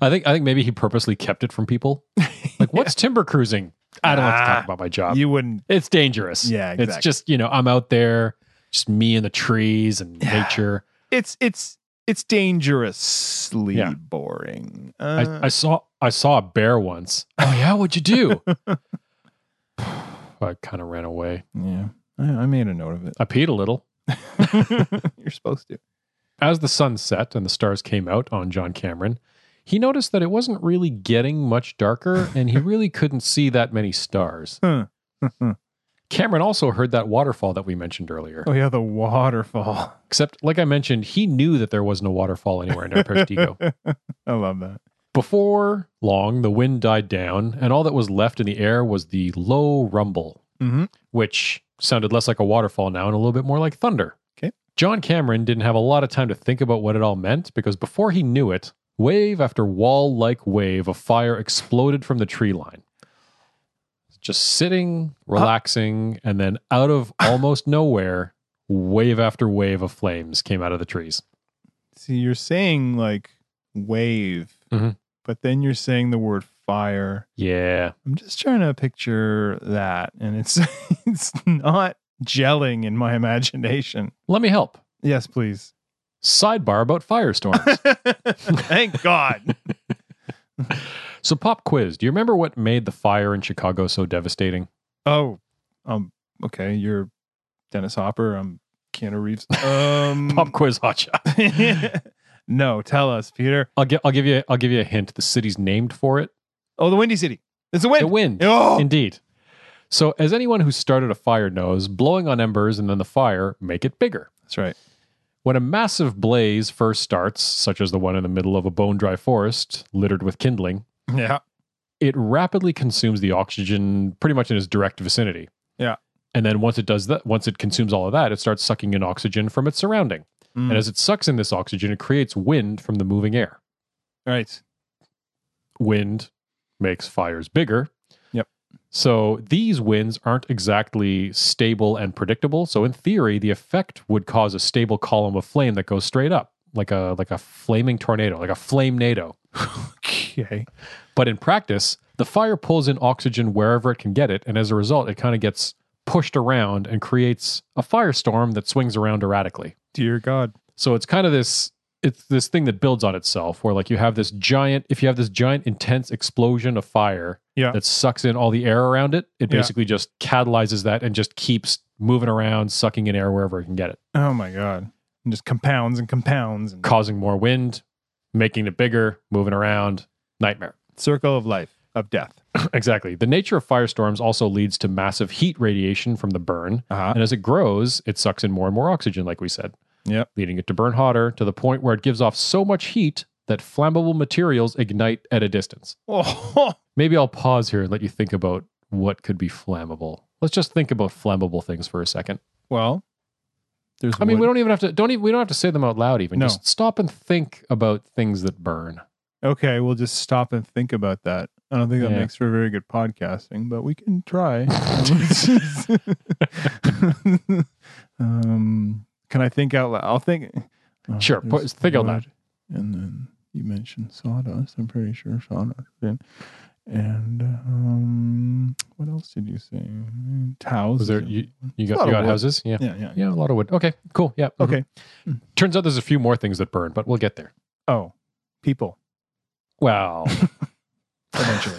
Speaker 1: I think I think maybe he purposely kept it from people. Like, what's timber cruising? I don't want to
Speaker 2: Ah,
Speaker 1: talk about my job.
Speaker 2: You wouldn't.
Speaker 1: it's dangerous.
Speaker 2: Yeah,
Speaker 1: Uh, It's
Speaker 2: exactly.
Speaker 1: just, you know, I'm out there, just me and the trees and
Speaker 2: Yeah.
Speaker 1: nature.
Speaker 2: It's it's it's dangerously
Speaker 1: Yeah.
Speaker 2: boring. Uh,
Speaker 1: I, I saw I saw a bear once. Oh yeah, what'd you do? I kind of ran away.
Speaker 2: yeah, I, I made a note of
Speaker 1: I peed a little.
Speaker 2: it. You're supposed to.
Speaker 1: As the sun set and the stars came out on John Cameron, he noticed that it wasn't really getting much darker and he really couldn't see that many stars.
Speaker 2: Huh.
Speaker 1: Cameron also heard that waterfall that we mentioned earlier.
Speaker 2: oh yeah, the waterfall.
Speaker 1: Except, like I mentioned, he knew that there wasn't a waterfall anywhere near Prestigo.
Speaker 2: I love that.
Speaker 1: Before long, the wind died down and all that was left in the air was the low rumble,
Speaker 2: Mm-hmm.
Speaker 1: which sounded less like a waterfall now and a little bit more like thunder.
Speaker 2: Okay.
Speaker 1: John Cameron didn't have a lot of time to think about what it all meant because before he knew it, wave after wall like wave of fire exploded from the tree line. Just sitting, relaxing, and then out of almost nowhere, wave after wave of flames came out of the trees.
Speaker 2: See, you're saying like wave,
Speaker 1: Mhm.
Speaker 2: but then you're saying the word fire.
Speaker 1: Yeah.
Speaker 2: I'm just trying to picture that, and it's it's not gelling in my imagination.
Speaker 1: Let me help.
Speaker 2: Yes, please.
Speaker 1: Sidebar about firestorms.
Speaker 2: Thank God.
Speaker 1: So, pop quiz. Do you remember what made the fire in Chicago so devastating?
Speaker 2: Oh, um, okay. You're Dennis Hopper. I'm Keanu Reeves. Um,
Speaker 1: Pop quiz, hotshot.
Speaker 2: no, tell us, Peter.
Speaker 1: I'll give. I'll give you. I'll give you a hint. The city's named for it.
Speaker 2: Oh, the Windy City. It's a wind.
Speaker 1: The wind.
Speaker 2: Oh,
Speaker 1: Indeed. So, as anyone who started a fire knows, blowing on embers and then the fire make it bigger.
Speaker 2: that's right.
Speaker 1: When a massive blaze first starts, such as the one in the middle of a bone dry forest littered with kindling,
Speaker 2: Yeah.
Speaker 1: it rapidly consumes the oxygen pretty much in its direct vicinity.
Speaker 2: Yeah.
Speaker 1: And then once it does that, once it consumes all of that, it starts sucking in oxygen from its surrounding.
Speaker 2: Mm.
Speaker 1: And as it sucks in this oxygen, it creates wind from the moving air.
Speaker 2: right.
Speaker 1: Wind makes fires bigger.
Speaker 2: Yep.
Speaker 1: So these winds aren't exactly stable and predictable. So in theory, the effect would cause a stable column of flame that goes straight up, like a like a flaming tornado, like a flame nado.
Speaker 2: Okay.
Speaker 1: But in practice, the fire pulls in oxygen wherever it can get it, and as a result, it kind of gets pushed around and creates a firestorm that swings around erratically.
Speaker 2: Dear God.
Speaker 1: So it's kind of this it's this thing that builds on itself where like you have this giant if you have this giant intense explosion of fire
Speaker 2: Yeah.
Speaker 1: that sucks in all the air around it, it
Speaker 2: Yeah.
Speaker 1: basically just catalyzes that and just keeps moving around, sucking in air wherever it can get it,
Speaker 2: Oh my God. And just compounds and compounds and
Speaker 1: causing more wind, making it bigger, moving around, nightmare.
Speaker 2: circle of life of death.
Speaker 1: Exactly. The nature of firestorms also leads to massive heat radiation from the burn.
Speaker 2: Uh-huh.
Speaker 1: And as it grows, it sucks in more and more oxygen, like we said.
Speaker 2: Yep.
Speaker 1: Leading it to burn hotter to the point where it gives off so much heat that flammable materials ignite at a distance.
Speaker 2: Oh,
Speaker 1: Maybe I'll pause here and let you think about what could be flammable. Let's just think about flammable things for a second.
Speaker 2: well, there's
Speaker 1: I mean,
Speaker 2: wood.
Speaker 1: we don't even have to don't even, we don't have to say them out loud even.
Speaker 2: No.
Speaker 1: Just stop and think about things that burn.
Speaker 2: Okay, we'll just stop and think about that. I don't think that
Speaker 1: Yeah.
Speaker 2: makes for very good podcasting, but we can try. um, can I think out loud? I'll think. Uh,
Speaker 1: Sure, po-
Speaker 2: there's
Speaker 1: think out
Speaker 2: wood,
Speaker 1: loud.
Speaker 2: And then you mentioned sawdust. I'm pretty sure sawdust. And, and um, what else did you say? Towels.
Speaker 1: there-
Speaker 2: is-
Speaker 1: You
Speaker 2: A lot
Speaker 1: got you
Speaker 2: of
Speaker 1: got
Speaker 2: wood.
Speaker 1: houses? Yeah.
Speaker 2: yeah, yeah.
Speaker 1: Yeah, a lot of wood. Okay, cool. Yeah. mhm.
Speaker 2: Okay.
Speaker 1: Turns out there's a few more things that burn, but we'll get there.
Speaker 2: Oh, people.
Speaker 1: Wow. it's
Speaker 2: Eventually.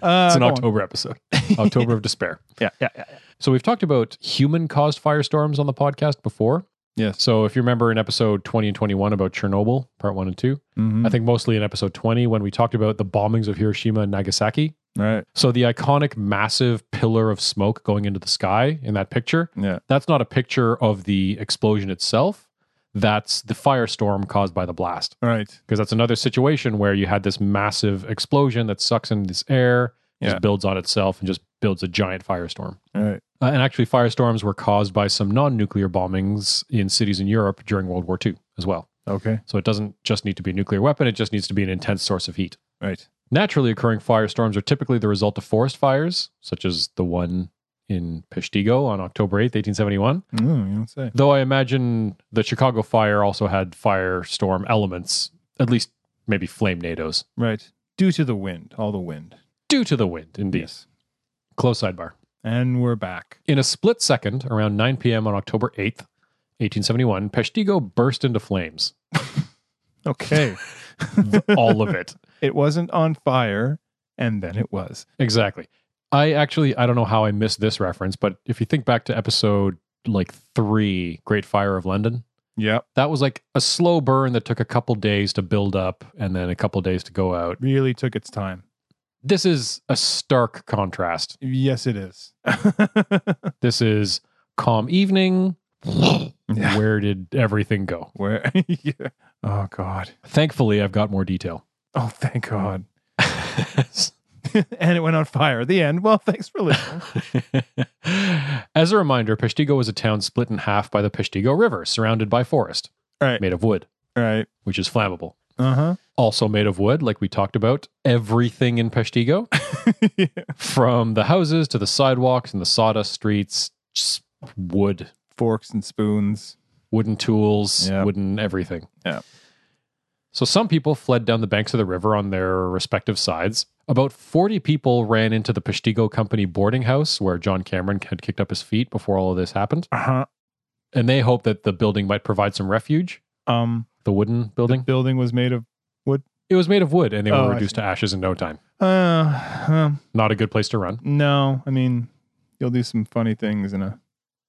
Speaker 2: Uh,
Speaker 1: an
Speaker 2: go on.
Speaker 1: October episode. October of despair.
Speaker 2: Yeah, yeah, yeah. yeah.
Speaker 1: So we've talked about human caused firestorms on the podcast before.
Speaker 2: Yes.
Speaker 1: So if you remember in episode 20 and 21 about Chernobyl, part 1 and 2,
Speaker 2: Mhm.
Speaker 1: I think mostly in episode 20 when we talked about the bombings of Hiroshima and Nagasaki.
Speaker 2: Right.
Speaker 1: So the iconic massive pillar of smoke going into the sky in that picture,
Speaker 2: Yeah.
Speaker 1: that's not a picture of the explosion itself. That's the firestorm caused by the blast.
Speaker 2: Right.
Speaker 1: because that's another situation where you had this massive explosion that sucks in this air,
Speaker 2: Yeah.
Speaker 1: just builds on itself, and just builds a giant firestorm.
Speaker 2: Right.
Speaker 1: Uh, and actually, firestorms were caused by some non nuclear bombings in cities in Europe during World War II as well.
Speaker 2: Okay.
Speaker 1: So it doesn't just need to be a nuclear weapon, it just needs to be an intense source of heat.
Speaker 2: Right.
Speaker 1: Naturally occurring firestorms are typically the result of forest fires, such as the one in Peshtigo on October 8th, 1871.
Speaker 2: Mm, you don't say.
Speaker 1: Though I imagine the Chicago fire also had firestorm elements, at least maybe flame nados.
Speaker 2: Right. Due to the wind, all the wind.
Speaker 1: due to the wind, indeed.
Speaker 2: Yes.
Speaker 1: Close sidebar.
Speaker 2: And we're back.
Speaker 1: In a split second, around 9 p.m. on October 8th, 1871, Peshtigo burst into flames.
Speaker 2: Okay.
Speaker 1: All of it.
Speaker 2: it wasn't on fire, and then it was.
Speaker 1: Exactly. I actually, I don't know how I missed this reference, but if you think back to episode like three, Great Fire of London,
Speaker 2: Yep.
Speaker 1: that was like a slow burn that took a couple days to build up and then a couple days to go out.
Speaker 2: Really took its time.
Speaker 1: This is a stark contrast.
Speaker 2: Yes, it is.
Speaker 1: This is calm evening.
Speaker 2: Yeah.
Speaker 1: Where did everything go?
Speaker 2: Where? yeah. Oh God.
Speaker 1: Thankfully, I've got more detail.
Speaker 2: Oh, thank God. and it went on fire. The end. Well, thanks for listening.
Speaker 1: As a reminder, Peshtigo was a town split in half by the Peshtigo River, surrounded by forest
Speaker 2: Right.
Speaker 1: made of wood,
Speaker 2: right.
Speaker 1: which is flammable.
Speaker 2: Uh huh.
Speaker 1: Also made of wood, like we talked about, everything in Peshtigo,
Speaker 2: yeah.
Speaker 1: from the houses to the sidewalks and the sawdust streets, just wood,
Speaker 2: Forks and spoons.
Speaker 1: wooden tools,
Speaker 2: Yep.
Speaker 1: wooden everything.
Speaker 2: Yep.
Speaker 1: So some people fled down the banks of the river on their respective sides. About 40 people ran into the Peshtigo Company boarding house where John Cameron had kicked up his feet before all of this happened.
Speaker 2: Uh huh.
Speaker 1: and they hoped that the building might provide some refuge.
Speaker 2: Um.
Speaker 1: The wooden building.
Speaker 2: Building was made of.
Speaker 1: it was made of wood, and they were
Speaker 2: Oh, I
Speaker 1: reduced to ashes in no time.
Speaker 2: Uh. Um,
Speaker 1: Not a good place to run.
Speaker 2: No, I mean, you'll do some funny things in a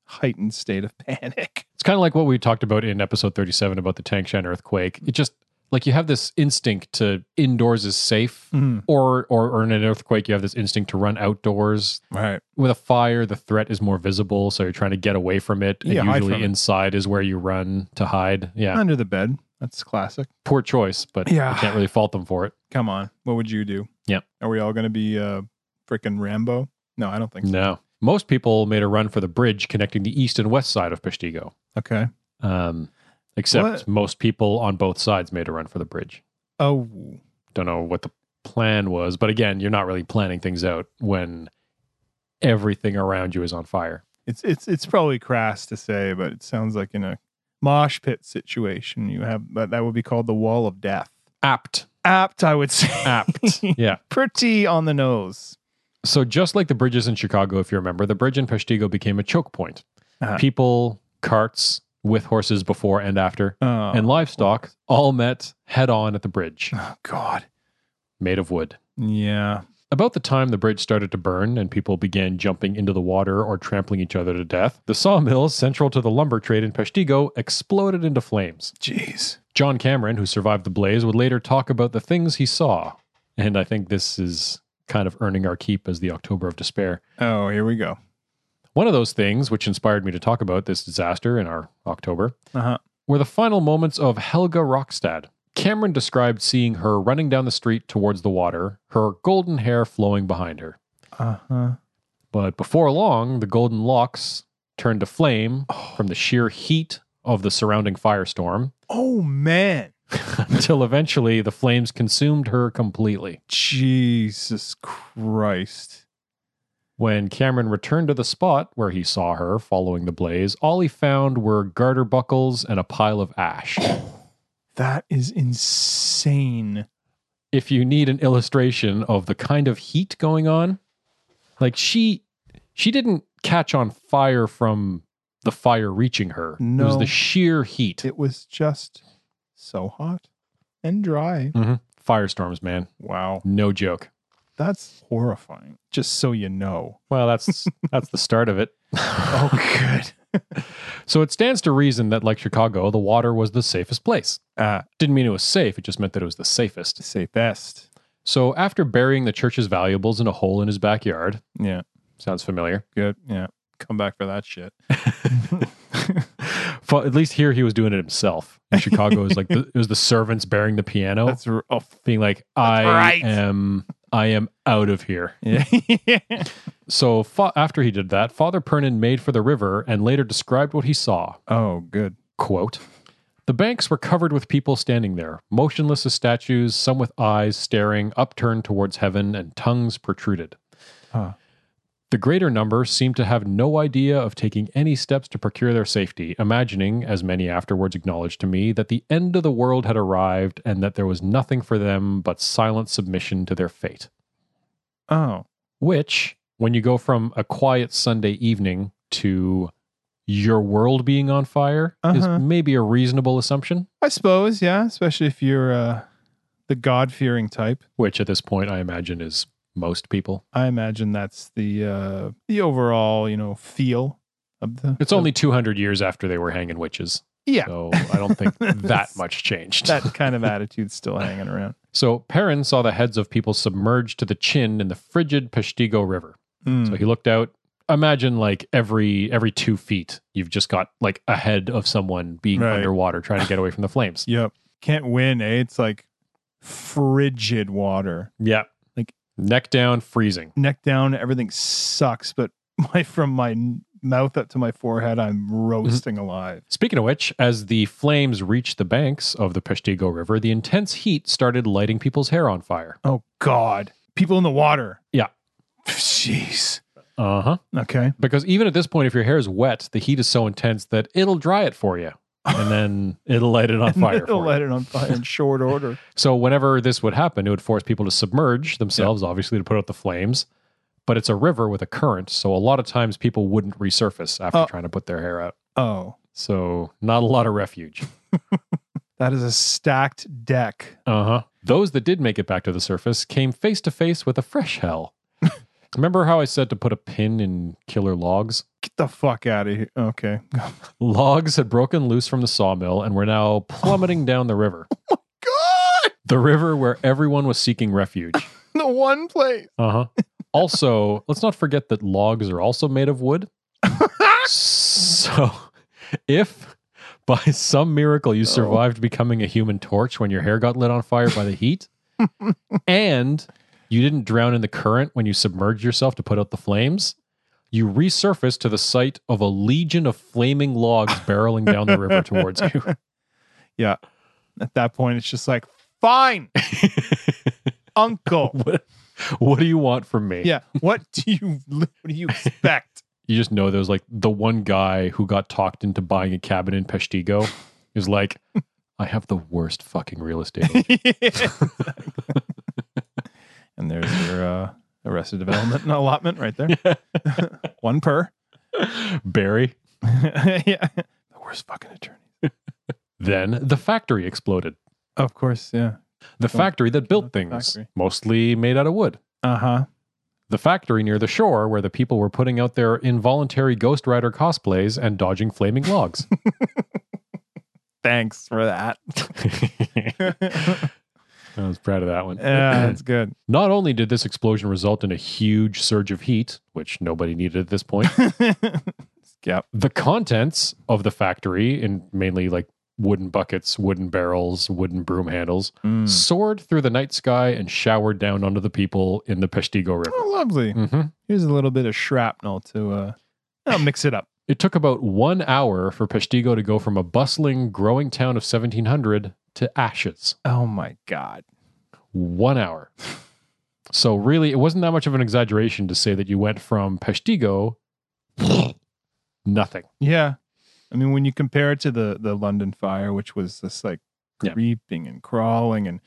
Speaker 2: heightened state of panic.
Speaker 1: It's kind of like what we talked about in episode 37 about the Tangshan earthquake. It just like you have this instinct to indoors is safe, or, or or in an earthquake you have this instinct to run outdoors.
Speaker 2: Right.
Speaker 1: With a fire, the threat is more visible, so you're trying to get away from it. And
Speaker 2: Yeah, hide from
Speaker 1: usually
Speaker 2: it.
Speaker 1: inside is where you run to hide. Yeah,
Speaker 2: Under the bed. That's classic.
Speaker 1: poor choice, but
Speaker 2: Yeah.
Speaker 1: can't really fault them for it.
Speaker 2: Come on. What would you do?
Speaker 1: Yeah.
Speaker 2: Are we all going to be uh, freaking Rambo? No, I don't think so.
Speaker 1: No, most people made a run for the bridge connecting the east and west side of Peshtigo.
Speaker 2: Okay.
Speaker 1: Um, except
Speaker 2: What?
Speaker 1: most people on both sides made a run for the bridge.
Speaker 2: Oh,
Speaker 1: Don't know what the plan was, but again, you're not really planning things out when everything around you is on fire.
Speaker 2: it's it's it's probably crass to say, but it sounds like in a mosh pit situation, you have that that would be called the wall of death.
Speaker 1: Apt,
Speaker 2: Apt, I would say.
Speaker 1: apt. yeah,
Speaker 2: Pretty on the nose.
Speaker 1: So just like the bridges in Chicago, if you remember, the bridge in Peshtigo became a choke point.
Speaker 2: Uh-huh.
Speaker 1: People, carts with horses before and after,
Speaker 2: Oh,
Speaker 1: and livestock all met head on at the bridge,
Speaker 2: oh God.
Speaker 1: made of wood.
Speaker 2: Yeah.
Speaker 1: About the time the bridge started to burn and people began jumping into the water or trampling each other to death, the sawmills central to the lumber trade in Peshtigo exploded into flames.
Speaker 2: Jeez.
Speaker 1: John Cameron, who survived the blaze, would later talk about the things he saw. And I think this is kind of earning our keep as the October of Despair.
Speaker 2: Oh, here we go.
Speaker 1: One of those things which inspired me to talk about this disaster in our October
Speaker 2: Uh-huh.
Speaker 1: were the final moments of Helga Rockstad. Cameron described seeing her running down the street towards the water, her golden hair flowing behind her.
Speaker 2: Uh-huh.
Speaker 1: But before long, the golden locks turned to flame from the sheer heat of the surrounding firestorm
Speaker 2: Oh man.
Speaker 1: until eventually the flames consumed her completely.
Speaker 2: Jesus Christ.
Speaker 1: When Cameron returned to the spot where he saw her following the blaze, all he found were garter buckles and a pile of ash.
Speaker 2: That is insane.
Speaker 1: if you need an illustration of the kind of heat going on, like she she didn't catch on fire from the fire reaching her. It was
Speaker 2: No.
Speaker 1: the sheer heat.
Speaker 2: It was just so hot and dry.
Speaker 1: Mm-hmm. Firestorms, man.
Speaker 2: Wow.
Speaker 1: No joke.
Speaker 2: That's horrifying. Just so you know.
Speaker 1: Well, that's that's the start of it.
Speaker 2: Oh good.
Speaker 1: So it stands to reason that like Chicago, the water was the safest place.
Speaker 2: Uh
Speaker 1: Didn't mean it was safe, it just meant that it was the safest.
Speaker 2: say best.
Speaker 1: So after burying the church's valuables in a hole in his backyard,
Speaker 2: Yeah.
Speaker 1: sounds familiar.
Speaker 2: Good. Yeah. Come back for that shit.
Speaker 1: Fu- at least here he was doing it himself. In Chicago, it was like the, it was the servants bearing the piano,
Speaker 2: That's r- oh, f-
Speaker 1: being like, "I
Speaker 2: right.
Speaker 1: am, I am out of here."
Speaker 2: yeah.
Speaker 1: So fa- after he did that, Father Pernin made for the river and later described what he saw.
Speaker 2: oh, good.
Speaker 1: Quote. The banks were covered with people standing there, motionless as statues, some with eyes staring, upturned towards heaven, and tongues protruded.
Speaker 2: Huh.
Speaker 1: The greater number seemed to have no idea of taking any steps to procure their safety, imagining, as many afterwards acknowledged to me, that the end of the world had arrived and that there was nothing for them but silent submission to their fate.
Speaker 2: Oh,
Speaker 1: Which, when you go from a quiet Sunday evening to your world being on fire,
Speaker 2: Uh-huh.
Speaker 1: is maybe a reasonable assumption,
Speaker 2: I suppose. Yeah. Especially if you're uh, the God fearing type.
Speaker 1: which at this point I imagine is most people.
Speaker 2: I imagine that's the uh the overall, you know, feel of the
Speaker 1: It's only 200 years after they were hanging witches.
Speaker 2: yeah,
Speaker 1: So I don't think that much changed.
Speaker 2: that kind of attitude's still hanging around.
Speaker 1: So Perrin saw the heads of people submerged to the chin in the frigid Peshtigo River.
Speaker 2: Hmm.
Speaker 1: So he looked out. Imagine like every every two feet, you've just got like a head of someone being
Speaker 2: Right.
Speaker 1: underwater trying to get away from the flames.
Speaker 2: Yep. Can't win, eh? It's like frigid water.
Speaker 1: yeah.
Speaker 2: Like-
Speaker 1: neck down, freezing.
Speaker 2: Neck down, everything sucks, but my from my n- mouth up to my forehead, I'm
Speaker 1: Mm-hmm.
Speaker 2: roasting alive.
Speaker 1: Speaking of which, as the flames reached the banks of the Peshtigo River, the intense heat started lighting people's hair on fire.
Speaker 2: Oh god. People in the water.
Speaker 1: Yeah.
Speaker 2: Jeez.
Speaker 1: Uh-huh.
Speaker 2: Okay.
Speaker 1: Because even at this point, if your hair is wet, the heat is so intense that it'll dry it for you. And then it'll light it on fire.
Speaker 2: They'll
Speaker 1: for you.
Speaker 2: light it on fire in short order.
Speaker 1: So whenever this would happen, it would force people to submerge themselves, obviously, to put out the flames. But it's a river with a current, so a lot of times people wouldn't resurface after
Speaker 2: Oh.
Speaker 1: trying to put their hair out.
Speaker 2: Oh.
Speaker 1: So not a lot of refuge.
Speaker 2: That is a stacked deck.
Speaker 1: Uh huh. Those that did make it back to the surface came face to face with a fresh hell. Remember how I said to put a pin in killer logs?
Speaker 2: Get the fuck out of here. Okay.
Speaker 1: Logs had broken loose from the sawmill and were now plummeting down the river.
Speaker 2: God!
Speaker 1: The river where everyone was seeking refuge.
Speaker 2: The one place.
Speaker 1: Uh huh. Also, let's not forget that logs are also made of wood. so, if by some miracle you survived becoming a human torch when your hair got lit on fire by the heat, and you didn't drown in the current when you submerged yourself to put out the flames, you resurfaced to the sight of a legion of flaming logs barreling down the river towards you.
Speaker 2: At that point, it's just like, fine, uncle.
Speaker 1: What, what do you want from me?
Speaker 2: Yeah. What do you what do you expect?
Speaker 1: you just know there's like the one guy who got talked into buying a cabin in Peshtigo is like, I have the worst fucking real estate. agent."
Speaker 2: and there's your uh Arrested Development allotment right there. One per.
Speaker 1: Barry.
Speaker 2: yeah. The worst fucking attorney.
Speaker 1: Then the factory exploded.
Speaker 2: Of course, yeah.
Speaker 1: The
Speaker 2: Don't-
Speaker 1: factory that built
Speaker 2: don't-
Speaker 1: things,
Speaker 2: Oh, factory.
Speaker 1: mostly made out of wood.
Speaker 2: Uh-huh.
Speaker 1: The factory near the shore where the people were putting out their involuntary Ghost Rider cosplays and dodging flaming logs.
Speaker 2: Thanks for that.
Speaker 1: I was proud of that one.
Speaker 2: yeah, that's good.
Speaker 1: Not only did this explosion result in a huge surge of heat, which nobody needed at this point,
Speaker 2: yep.
Speaker 1: the contents of the factory, in mainly like wooden buckets, wooden barrels, wooden broom handles,
Speaker 2: Mm.
Speaker 1: soared through the night sky and showered down onto the people in the Peshtigo River.
Speaker 2: Oh, lovely.
Speaker 1: hmm
Speaker 2: Here's a little bit of shrapnel to uh I'll mix it up.
Speaker 1: It took about one hour for Peshtigo to go from a bustling, growing town of 1700 to ashes.
Speaker 2: Oh my god.
Speaker 1: One hour. So, really, it wasn't that much of an exaggeration to say that you went from Peshtigo, nothing.
Speaker 2: Yeah. I mean when you compare it to the the London fire, which was just like
Speaker 1: Yeah.
Speaker 2: creeping and crawling and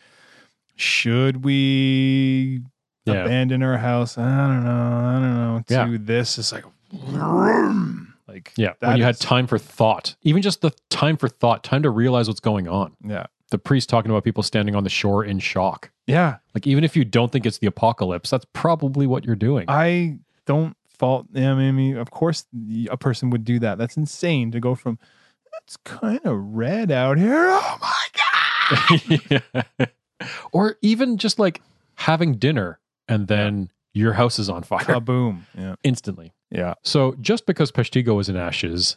Speaker 2: should we
Speaker 1: Yeah.
Speaker 2: abandon our house? I don't know. I don't know. To
Speaker 1: Yeah.
Speaker 2: this it's like vroom. like
Speaker 1: Yeah.
Speaker 2: that
Speaker 1: when you had
Speaker 2: is-
Speaker 1: time for thought, even just the time for thought, time to realize what's going on.
Speaker 2: Yeah.
Speaker 1: The priest talking about people standing on the shore in shock.
Speaker 2: Yeah.
Speaker 1: Like, even if you don't think it's the apocalypse, that's probably what you're doing.
Speaker 2: I don't fault. I mean, I mean, of course, a person would do that. That's insane to go from. It's kind of red out here. Oh my god!
Speaker 1: or even just like having dinner and then your house is on fire
Speaker 2: Kaboom! Yeah,
Speaker 1: instantly.
Speaker 2: yeah.
Speaker 1: So just because Peshtigo was in ashes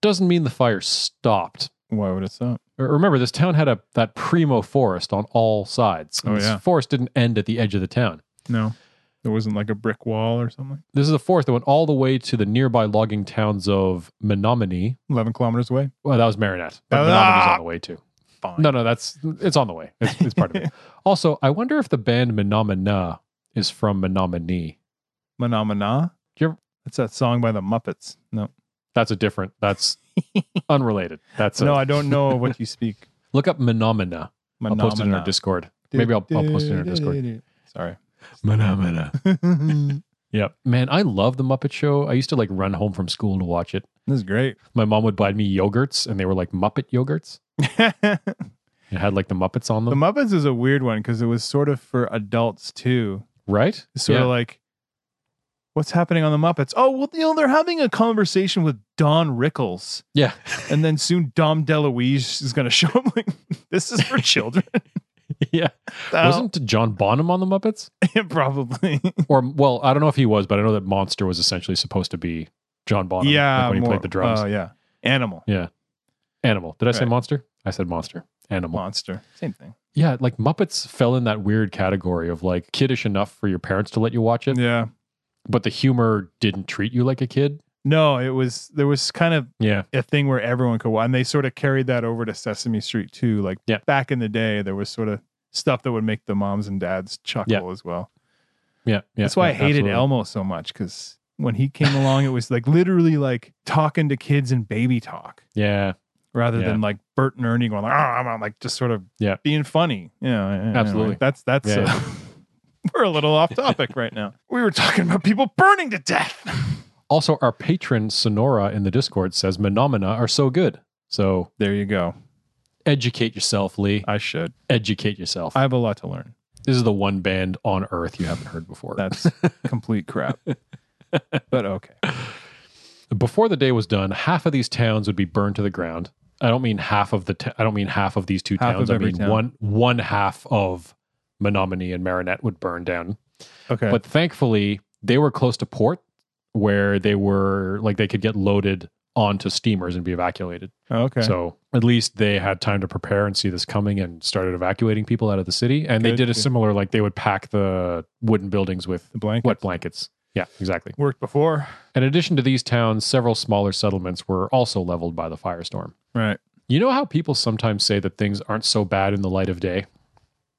Speaker 1: doesn't mean the fire stopped.
Speaker 2: Why would it stop?
Speaker 1: R- Remember, this town had a that primo forest on all sides.
Speaker 2: Oh,
Speaker 1: this
Speaker 2: yeah.
Speaker 1: forest didn't end at the edge of the town.
Speaker 2: No, there wasn't like a brick wall or something.
Speaker 1: This is a forest that went all the way to the nearby logging towns of Menominee.
Speaker 2: Eleven kilometers away.
Speaker 1: Well, that was Marinette, but
Speaker 2: Ah!
Speaker 1: Menominee's on the way too.
Speaker 2: Fine.
Speaker 1: No, no, that's it's on the way. It's, it's part of it. Also, I wonder if the band Menomina is from Menominee.
Speaker 2: Menomina.
Speaker 1: You're-
Speaker 2: That's that song by the Muppets. No,
Speaker 1: That's a different. That's unrelated. That's a,
Speaker 2: no, I don't know what you speak.
Speaker 1: look up Menomina. I'll post it in our
Speaker 2: Menomina.
Speaker 1: Discord. Maybe I'll- I'll post it in our Discord.
Speaker 2: Sorry.
Speaker 1: Menomina.
Speaker 2: this
Speaker 1: Yep. Man, I love the Muppet Show. I used to like run home from school to watch it.
Speaker 2: is great.
Speaker 1: My mom would buy me yogurts, and they were like Muppet yogurts. It had like the Muppets on
Speaker 2: The
Speaker 1: them,
Speaker 2: Muppets is a weird one because it was sort of for adults too.
Speaker 1: right?
Speaker 2: It's sort
Speaker 1: yeah.
Speaker 2: of like, what's happening on the Muppets? Oh, well, you know, they're having a conversation with Don Rickles.
Speaker 1: yeah.
Speaker 2: And then soon Dom DeLuise is going to show up. Like, this is for children.
Speaker 1: yeah.
Speaker 2: Uh,
Speaker 1: Wasn't John Bonham on the Muppets?
Speaker 2: it probably?
Speaker 1: Or well, I don't know if he was, but I know that Monster was essentially supposed to be John Bonham.
Speaker 2: yeah.
Speaker 1: like when he
Speaker 2: more-
Speaker 1: played the drums.
Speaker 2: Oh, yeah. Animal.
Speaker 1: Animal. Did I say
Speaker 2: Right.
Speaker 1: Monster? I said Monster. Animal.
Speaker 2: Monster. Same thing.
Speaker 1: Yeah, like Muppets fell in that weird category of like kiddish enough for your parents to let you watch it,
Speaker 2: Yeah.
Speaker 1: but the humor didn't treat you like a kid.
Speaker 2: No, it was, there was kind of
Speaker 1: Yeah.
Speaker 2: a thing where everyone could watch. And they sort of carried that over to Sesame Street too. Like
Speaker 1: Yeah.
Speaker 2: back in the day, there was sort of stuff that would make the moms and dads chuckle
Speaker 1: Yeah.
Speaker 2: as well.
Speaker 1: Yeah. yeah
Speaker 2: That's why I
Speaker 1: yeah,
Speaker 2: hated
Speaker 1: absolutely.
Speaker 2: Elmo so much because when he came along, it was like literally like talking to kids in baby talk
Speaker 1: Yeah.
Speaker 2: rather
Speaker 1: Yeah.
Speaker 2: than like Bert and Ernie going like, oh, I'm out," like just sort of
Speaker 1: Yeah.
Speaker 2: being funny. Yeah, yeah, yeah.
Speaker 1: Absolutely.
Speaker 2: That's that's
Speaker 1: Yeah,
Speaker 2: uh, we're a little off topic right now. We were talking about people burning to death.
Speaker 1: Also, our patron Sonora in the Discord says Menomina are so good. So
Speaker 2: There you go.
Speaker 1: educate yourself, Lee.
Speaker 2: I should.
Speaker 1: Educate yourself.
Speaker 2: I have a lot to learn.
Speaker 1: this is the one band on earth you haven't heard before.
Speaker 2: That's complete crap. But okay.
Speaker 1: Before the day was done, half of these towns would be burned to the ground. I don't mean half of the. T- I don't mean half of these two
Speaker 2: Half
Speaker 1: towns. I
Speaker 2: of every
Speaker 1: mean
Speaker 2: town.
Speaker 1: one one half of Menominee and Marinette would burn down.
Speaker 2: Okay.
Speaker 1: But thankfully, they were close to port where they were like they could get loaded onto steamers and be evacuated.
Speaker 2: okay.
Speaker 1: So at least they had time to prepare and see this coming and started evacuating people out of the city. And they
Speaker 2: Good,
Speaker 1: did a
Speaker 2: good.
Speaker 1: similar like they would pack the wooden buildings with
Speaker 2: the blanket
Speaker 1: wet blankets. Yeah, exactly.
Speaker 2: worked before.
Speaker 1: In addition to these towns, several smaller settlements were also leveled by the firestorm.
Speaker 2: Right.
Speaker 1: You know how people sometimes say that things aren't so bad in the light of day?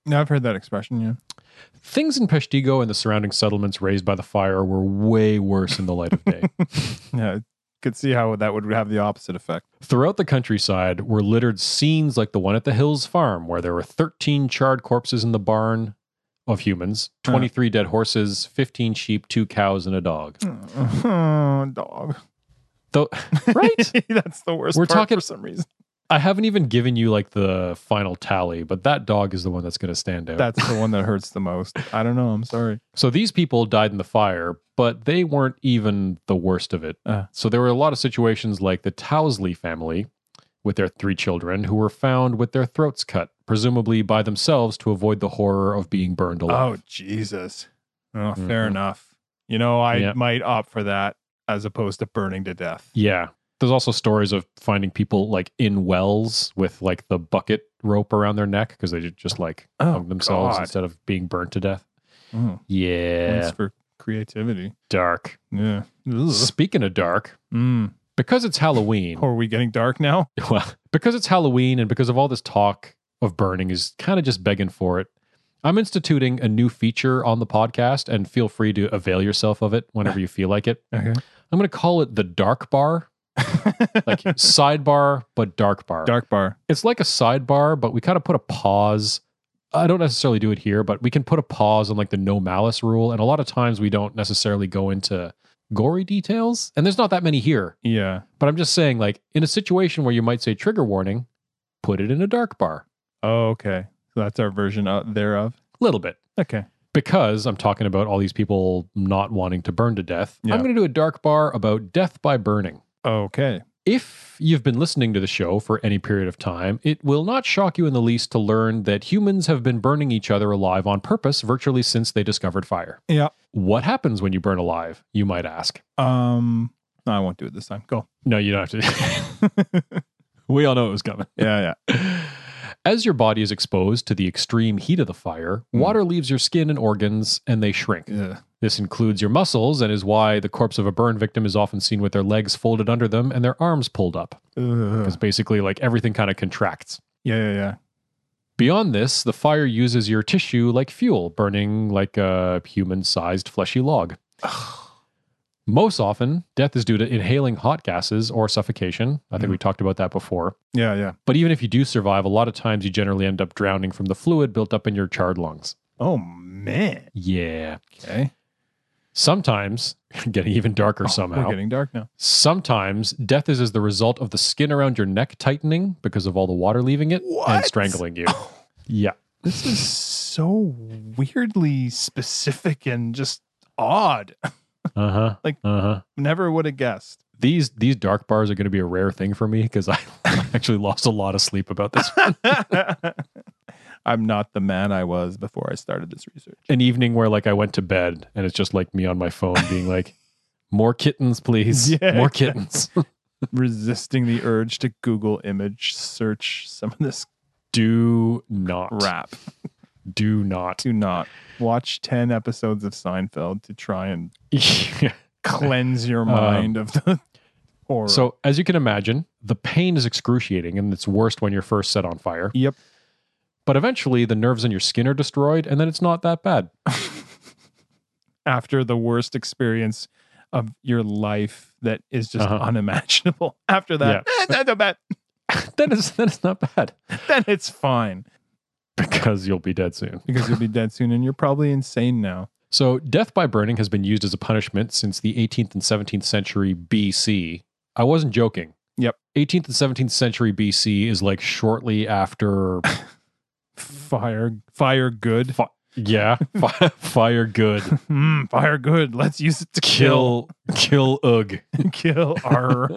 Speaker 2: Now I've heard that expression, yeah.
Speaker 1: Things in Peshtigo and the surrounding settlements raised by the fire were way worse in the light of day.
Speaker 2: Yeah, I could see how that would have the opposite effect.
Speaker 1: Throughout the countryside were littered scenes like the one at the Hills Farm, where there were 13 charred corpses in the barn, of humans, 23 dead horses, 15 sheep, two cows, and a dog.
Speaker 2: Oh, dog.
Speaker 1: Though, right?
Speaker 2: That's the worst
Speaker 1: We're
Speaker 2: part
Speaker 1: talking-
Speaker 2: for some reason.
Speaker 1: I haven't even given you like the final tally, but that dog is the one that's going to stand out.
Speaker 2: That's the one that hurts the most. I don't know. I'm sorry.
Speaker 1: So these people died in the fire, but they weren't even the worst of it.
Speaker 2: Uh.
Speaker 1: So there were a lot of situations like the Towsley family with their three children who were found with their throats cut, presumably by themselves to avoid the horror of being burned alive.
Speaker 2: Oh, Jesus. Oh,
Speaker 1: Mhm.
Speaker 2: fair enough. You know, I
Speaker 1: Yeah.
Speaker 2: might opt for that as opposed to burning to death.
Speaker 1: Yeah. There's also stories of finding people like in wells with like the bucket rope around their neck because they ju- just like
Speaker 2: Oh,
Speaker 1: hung themselves
Speaker 2: God.
Speaker 1: instead of being burnt to death.
Speaker 2: Oh,
Speaker 1: Yeah.
Speaker 2: That's for creativity.
Speaker 1: dark.
Speaker 2: Yeah. Ugh.
Speaker 1: Speaking of dark,
Speaker 2: Mm.
Speaker 1: because it's Halloween,
Speaker 2: Are we getting dark now?
Speaker 1: well, because it's Halloween and because of all this talk of burning is kind of just begging for it. I'm instituting a new feature on the podcast, and feel free to avail yourself of it whenever you feel like it.
Speaker 2: Okay.
Speaker 1: I'm going to call it the dark bar, like sidebar, but dark bar.
Speaker 2: dark bar.
Speaker 1: It's like a sidebar, but we kind of put a pause. I don't necessarily do it here, but we can put a pause on like the no malice rule. And a lot of times we don't necessarily go into gory details, and there's not that many here.
Speaker 2: Yeah.
Speaker 1: But I'm just saying, like, in a situation where you might say trigger warning, put it in a dark bar.
Speaker 2: Oh, okay. So that's our version of, thereof.
Speaker 1: A little bit.
Speaker 2: Okay.
Speaker 1: Because I'm talking about all these people not wanting to burn to death,
Speaker 2: Yeah.
Speaker 1: I'm going to do a dark bar about death by burning.
Speaker 2: Okay.
Speaker 1: If you've been listening to the show for any period of time, it will not shock you in the least to learn that humans have been burning each other alive on purpose virtually since they discovered fire.
Speaker 2: Yeah.
Speaker 1: What happens when you burn alive, you might ask?
Speaker 2: Um, no, I won't do it this time. Go.
Speaker 1: No, you don't have to. we all know it was coming.
Speaker 2: Yeah,
Speaker 1: As your body is exposed to the extreme heat of the fire,
Speaker 2: Mm.
Speaker 1: water leaves your skin and organs and they shrink.
Speaker 2: yeah.
Speaker 1: This includes your muscles and is why the corpse of a burn victim is often seen with their legs folded under them and their arms pulled up.
Speaker 2: Ugh.
Speaker 1: Because basically, like everything kind of contracts.
Speaker 2: Yeah, yeah, yeah.
Speaker 1: Beyond this, the fire uses your tissue like fuel, burning like a human sized fleshy log. Most often, death is due to inhaling hot gases or suffocation. I think
Speaker 2: Mm.
Speaker 1: we talked about that before.
Speaker 2: Yeah, yeah.
Speaker 1: But even if you do survive, a lot of times you generally end up drowning from the fluid built up in your charred lungs.
Speaker 2: Oh man.
Speaker 1: Yeah.
Speaker 2: Okay.
Speaker 1: Sometimes, getting even darker somehow,
Speaker 2: Oh, We're getting dark now.
Speaker 1: sometimes death is as the result of the skin around your neck tightening because of all the water leaving it and
Speaker 2: What?
Speaker 1: strangling you. yeah.
Speaker 2: This is so weirdly specific and just odd.
Speaker 1: Uh huh.
Speaker 2: Like-
Speaker 1: uh huh.
Speaker 2: Never would have guessed.
Speaker 1: These these dark bars are going to be a rare thing for me because I actually lost a lot of sleep about this. one.
Speaker 2: I'm not the man I was before I started this research.
Speaker 1: An evening where like I went to bed and it's just like me on my phone being like, "More kittens, please.
Speaker 2: Yeah,
Speaker 1: More
Speaker 2: exactly.
Speaker 1: kittens."
Speaker 2: Resisting the urge to Google image search some of this
Speaker 1: Do not.
Speaker 2: crap.
Speaker 1: Do not.
Speaker 2: Do not watch 10 episodes of Seinfeld to try and cleanse your mind of the horror.
Speaker 1: Um, so, as you can imagine, the pain is excruciating and it's worst when you're first set on fire.
Speaker 2: Yep.
Speaker 1: But eventually, the nerves in your skin are destroyed and then it's not that bad.
Speaker 2: after the worst experience of your life that is just
Speaker 1: Uh-huh.
Speaker 2: unimaginable. After that, eh, that's not bad.
Speaker 1: then, it's, then it's not bad
Speaker 2: then it's fine
Speaker 1: because you'll be dead soon.
Speaker 2: because you'll be dead soon and you're probably insane now.
Speaker 1: So, death by burning has been used as a punishment since the 18th and 17th century BC. I wasn't joking.
Speaker 2: Yep.
Speaker 1: 18th and 17th century BC is like shortly after,
Speaker 2: Fire, fire good.
Speaker 1: yeah, fi- fire good,
Speaker 2: Hmm, fire good. Let's use it to kill,
Speaker 1: kill, kill, ugh.
Speaker 2: kill our.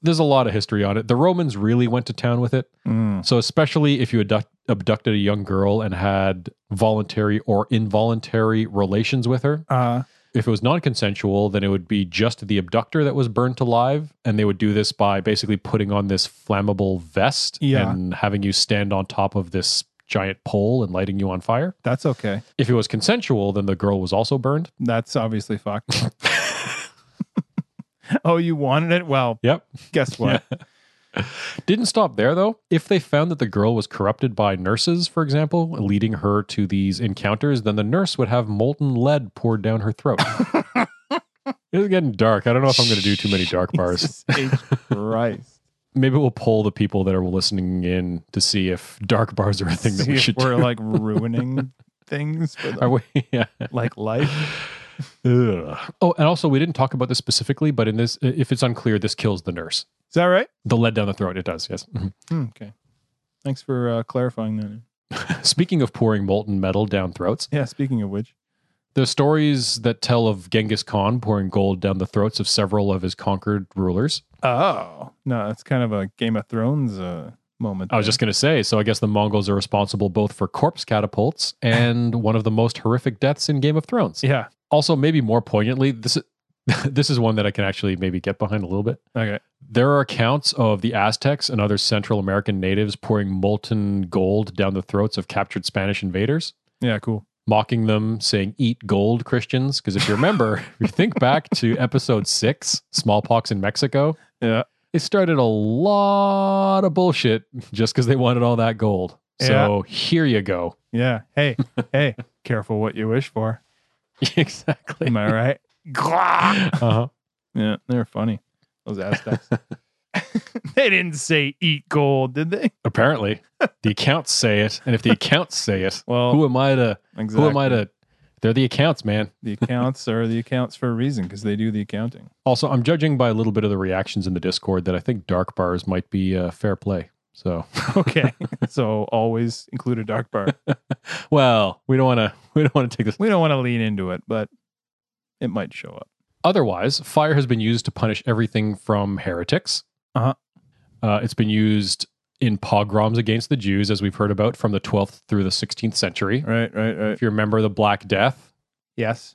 Speaker 1: There's a lot of history on it. The Romans really went to town with it.
Speaker 2: Hmm.
Speaker 1: So, especially if you abduct, abducted a young girl and had voluntary or involuntary relations with her,
Speaker 2: Uh,
Speaker 1: if it was non consensual, then it would be just the abductor that was burnt alive. And they would do this by basically putting on this flammable vest
Speaker 2: Yeah.
Speaker 1: and having you stand on top of this giant pole and lighting you on fire.
Speaker 2: that's okay.
Speaker 1: If it was consensual, then the girl was also burned.
Speaker 2: That's obviously fucked. oh, you wanted it? Well,
Speaker 1: Yep.
Speaker 2: guess what?
Speaker 1: Didn't stop there though. If they found that the girl was corrupted by nurses, for example, leading her to these encounters, then the nurse would have molten lead poured down her throat. it's getting dark. I don't know if I'm going to do too many dark bars.
Speaker 2: Jesus H. Christ.
Speaker 1: maybe we'll poll the people that are listening in to see if dark bars are a thing that
Speaker 2: See
Speaker 1: we
Speaker 2: if
Speaker 1: should
Speaker 2: we're
Speaker 1: do.
Speaker 2: like ruining things for them,
Speaker 1: Are we? Yeah.
Speaker 2: like life.
Speaker 1: Ugh. Oh, and also we didn't talk about this specifically, but in this, if it's unclear, this kills the nurse.
Speaker 2: Is that right?
Speaker 1: The lead down the throat. It does. Yes. Mhm.
Speaker 2: Hmm, okay. Thanks for uh, clarifying that.
Speaker 1: Speaking of pouring molten metal down throats,
Speaker 2: Yeah. Speaking of which,
Speaker 1: the stories that tell of Genghis Khan pouring gold down the throats of several of his conquered rulers.
Speaker 2: oh no, it's kind of a Game of Thrones uh, moment.
Speaker 1: I was
Speaker 2: there.
Speaker 1: just going to say. So I guess the Mongols are responsible both for corpse catapults and one of the most horrific deaths in Game of Thrones.
Speaker 2: yeah.
Speaker 1: Also, maybe more poignantly, this this is one that I can actually maybe get behind a little bit.
Speaker 2: Okay.
Speaker 1: There are accounts of the Aztecs and other Central American natives pouring molten gold down the throats of captured Spanish invaders,
Speaker 2: Yeah. Cool.
Speaker 1: mocking them, saying, Eat gold, Christians. Because if you remember, if you think back to episode six, smallpox in Mexico,
Speaker 2: Yeah.
Speaker 1: it started a lot of bullshit just because they wanted all that gold. So here you go.
Speaker 2: Yeah. Hey. hey. Careful what you wish for.
Speaker 1: exactly.
Speaker 2: Am I right? Glah!
Speaker 1: Uh-huh.
Speaker 2: Yeah, they're funny. Those Aztecs. they didn't say eat gold, did they?
Speaker 1: Apparently, the accounts say it. And if the accounts say it,
Speaker 2: Well,
Speaker 1: who am I to?
Speaker 2: exactly.
Speaker 1: Who am I to? They're the accounts, man.
Speaker 2: The accounts are the accounts for a reason because they do the accounting.
Speaker 1: Also, I'm judging by a little bit of the reactions in the Discord that I think dark bars might be uh, fair play. So,
Speaker 2: Okay, so always include a dark bar.
Speaker 1: well, we don't want to we don't want to take this.
Speaker 2: We don't want to lean into it, but it might show up.
Speaker 1: Otherwise, fire has been used to punish everything from heretics.
Speaker 2: Uh-huh.
Speaker 1: Uh, it's been used in pogroms against the Jews, as we've heard about from the 12th through the 16th century.
Speaker 2: Right, right, right.
Speaker 1: If you remember the Black Death,
Speaker 2: Yes.